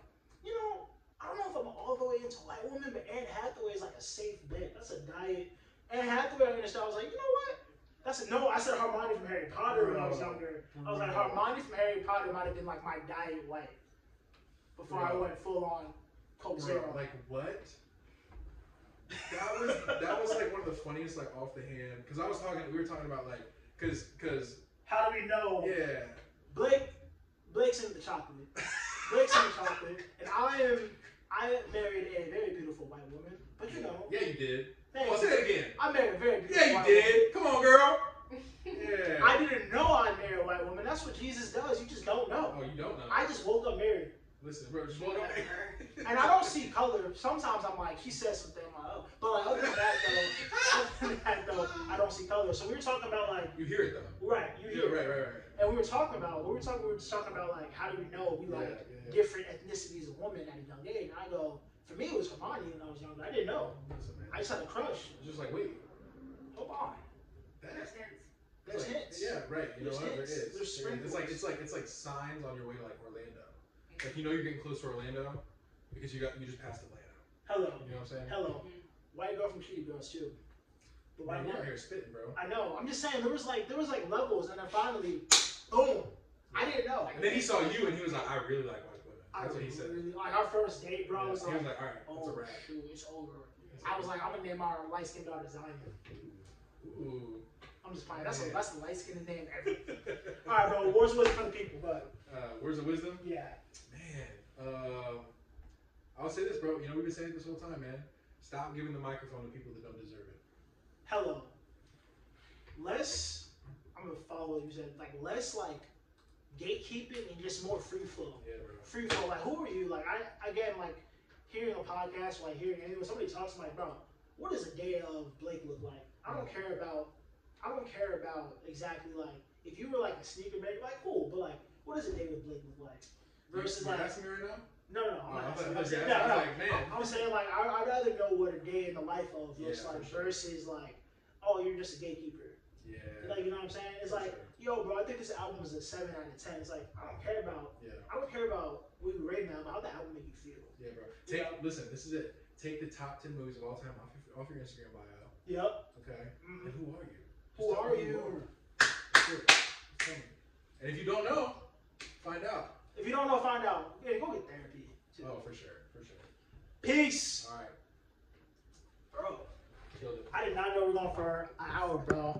Speaker 1: you know, I don't know if I'm all the way into white woman, but Anne Hathaway is like a safe bet. That's a diet. Anne Hathaway on Interstellar. I was like, you know what? That's a, no. I said Hermione from Harry Potter when I was
Speaker 2: Bruh.
Speaker 1: younger. I was like, Hermione from Harry Potter might have been like my diet white before I
Speaker 2: Bruh.
Speaker 1: went full on Coke Zero.
Speaker 2: Bro, like what? That was that was like one of the funniest, like off the hand, because I was talking. We were talking about like, cause, cause,
Speaker 1: How do we know?
Speaker 2: yeah.
Speaker 1: Blake, Blake's in the chocolate. Blake's in the chocolate, and I am. I married a very beautiful white woman, but you know,
Speaker 2: Yeah, you did.
Speaker 1: hey,
Speaker 2: Oh, say that again.
Speaker 1: I married a very beautiful.
Speaker 2: Yeah, you
Speaker 1: white
Speaker 2: did. Come on, girl. Yeah.
Speaker 1: Woman. I didn't know I married a white woman. That's what Jesus does. You just don't know.
Speaker 2: Oh, you don't know.
Speaker 1: I just woke up married,
Speaker 2: Listen, bro, just walk up
Speaker 1: and I don't see color. Sometimes I'm like, he says something, I'm like, oh. but like other than that though, other than that though, I don't see color. So we were talking about like,
Speaker 2: You hear it though.
Speaker 1: right, you
Speaker 2: Yeah,
Speaker 1: hear,
Speaker 2: right, right, right.
Speaker 1: and we were talking about, we were talking, we were just talking about like, how do we know? We
Speaker 2: Yeah,
Speaker 1: like.
Speaker 2: yeah, yeah.
Speaker 1: different ethnicities of women at a young age. And I go, for me, it was Hermione when I was younger. I didn't know.
Speaker 2: Listen, man.
Speaker 1: I just had a crush.
Speaker 2: It's Just like wait,
Speaker 1: Oh my.
Speaker 2: that's
Speaker 1: There's
Speaker 2: like,
Speaker 1: hints.
Speaker 2: Yeah, right. You
Speaker 1: There's
Speaker 2: know what? There
Speaker 1: hints.
Speaker 2: is.
Speaker 1: There's
Speaker 2: There is. It's like
Speaker 1: sprinkles.
Speaker 2: it's like it's like signs on your way to like Orlando. Like you know you're getting close to Orlando because you got you just passed Atlanta.
Speaker 1: Hello.
Speaker 2: You know what I'm saying?
Speaker 1: Hello. White girl from Kitty Girls too. The white
Speaker 2: Man, you're
Speaker 1: woman.
Speaker 2: out here spitting, bro.
Speaker 1: I know. I'm just saying there was like there was like levels and then finally boom. I didn't know.
Speaker 2: And then he saw you and he was like, I really like white women.
Speaker 1: I
Speaker 2: That's what he said.
Speaker 1: really- like our first date, bro,
Speaker 2: Yeah,
Speaker 1: was
Speaker 2: he was
Speaker 1: like,
Speaker 2: like, all right, that's a
Speaker 1: oh
Speaker 2: wrap.
Speaker 1: shoot, it's over. I was like, I'm gonna name our light skinned daughter Zion.
Speaker 2: ooh.
Speaker 1: I'm just playing. That's a
Speaker 2: Yeah.
Speaker 1: that's the light skinned name ever. Alright bro, wars wasn't for the people, but
Speaker 2: Uh, where's the wisdom?
Speaker 1: yeah.
Speaker 2: Man, um, I'll say this, bro. You know, we've been saying it this whole time, man. Stop giving the microphone to people that don't deserve it.
Speaker 1: hello. Less, I'm gonna follow what you said. Like less like gatekeeping and just more free flow.
Speaker 2: Yeah, bro.
Speaker 1: Free flow. Like who are you? Like I again like hearing a podcast, or, like hearing anyone, somebody talks. I'm like, bro, what does a day of Blake look like? I don't care about. I don't care about exactly like if you were like a sneaker maker, like cool, but like what does a day with Blake look like? Versus
Speaker 2: you, you
Speaker 1: like
Speaker 2: asking me right now?
Speaker 1: no no no
Speaker 2: Oh,
Speaker 1: I'm
Speaker 2: I
Speaker 1: not
Speaker 2: thought-
Speaker 1: asking. I'm
Speaker 2: I was- I
Speaker 1: saying-
Speaker 2: was
Speaker 1: no, no,
Speaker 2: like, man.
Speaker 1: I'm saying like I, I'd rather know what a day in the life of looks
Speaker 2: Yeah, for
Speaker 1: like
Speaker 2: sure.
Speaker 1: versus like, oh, you're just a gatekeeper.
Speaker 2: Yeah.
Speaker 1: Like you know what I'm saying? It's
Speaker 2: for
Speaker 1: like,
Speaker 2: sure.
Speaker 1: yo, bro, I think this album is a seven out of ten. It's like I don't care about
Speaker 2: Yeah.
Speaker 1: I don't care about what you're rating now, but how the album make you feel.
Speaker 2: Yeah, bro. Take
Speaker 1: Yeah.
Speaker 2: listen. This is it. Take the top ten movies of all time off your, off your Instagram bio.
Speaker 1: Yep.
Speaker 2: Okay.
Speaker 1: Mhm.
Speaker 2: And who are you?
Speaker 1: Who
Speaker 2: Just
Speaker 1: are
Speaker 2: tell me
Speaker 1: you?
Speaker 2: That's it. Just tell me. And if you don't know, find out.
Speaker 1: If you don't know, find out. Yeah, go get therapy. too.
Speaker 2: Oh, for sure, for sure.
Speaker 1: Peace,
Speaker 2: All right,
Speaker 1: bro.
Speaker 2: killed it.
Speaker 1: I did not know we were going for an hour, bro.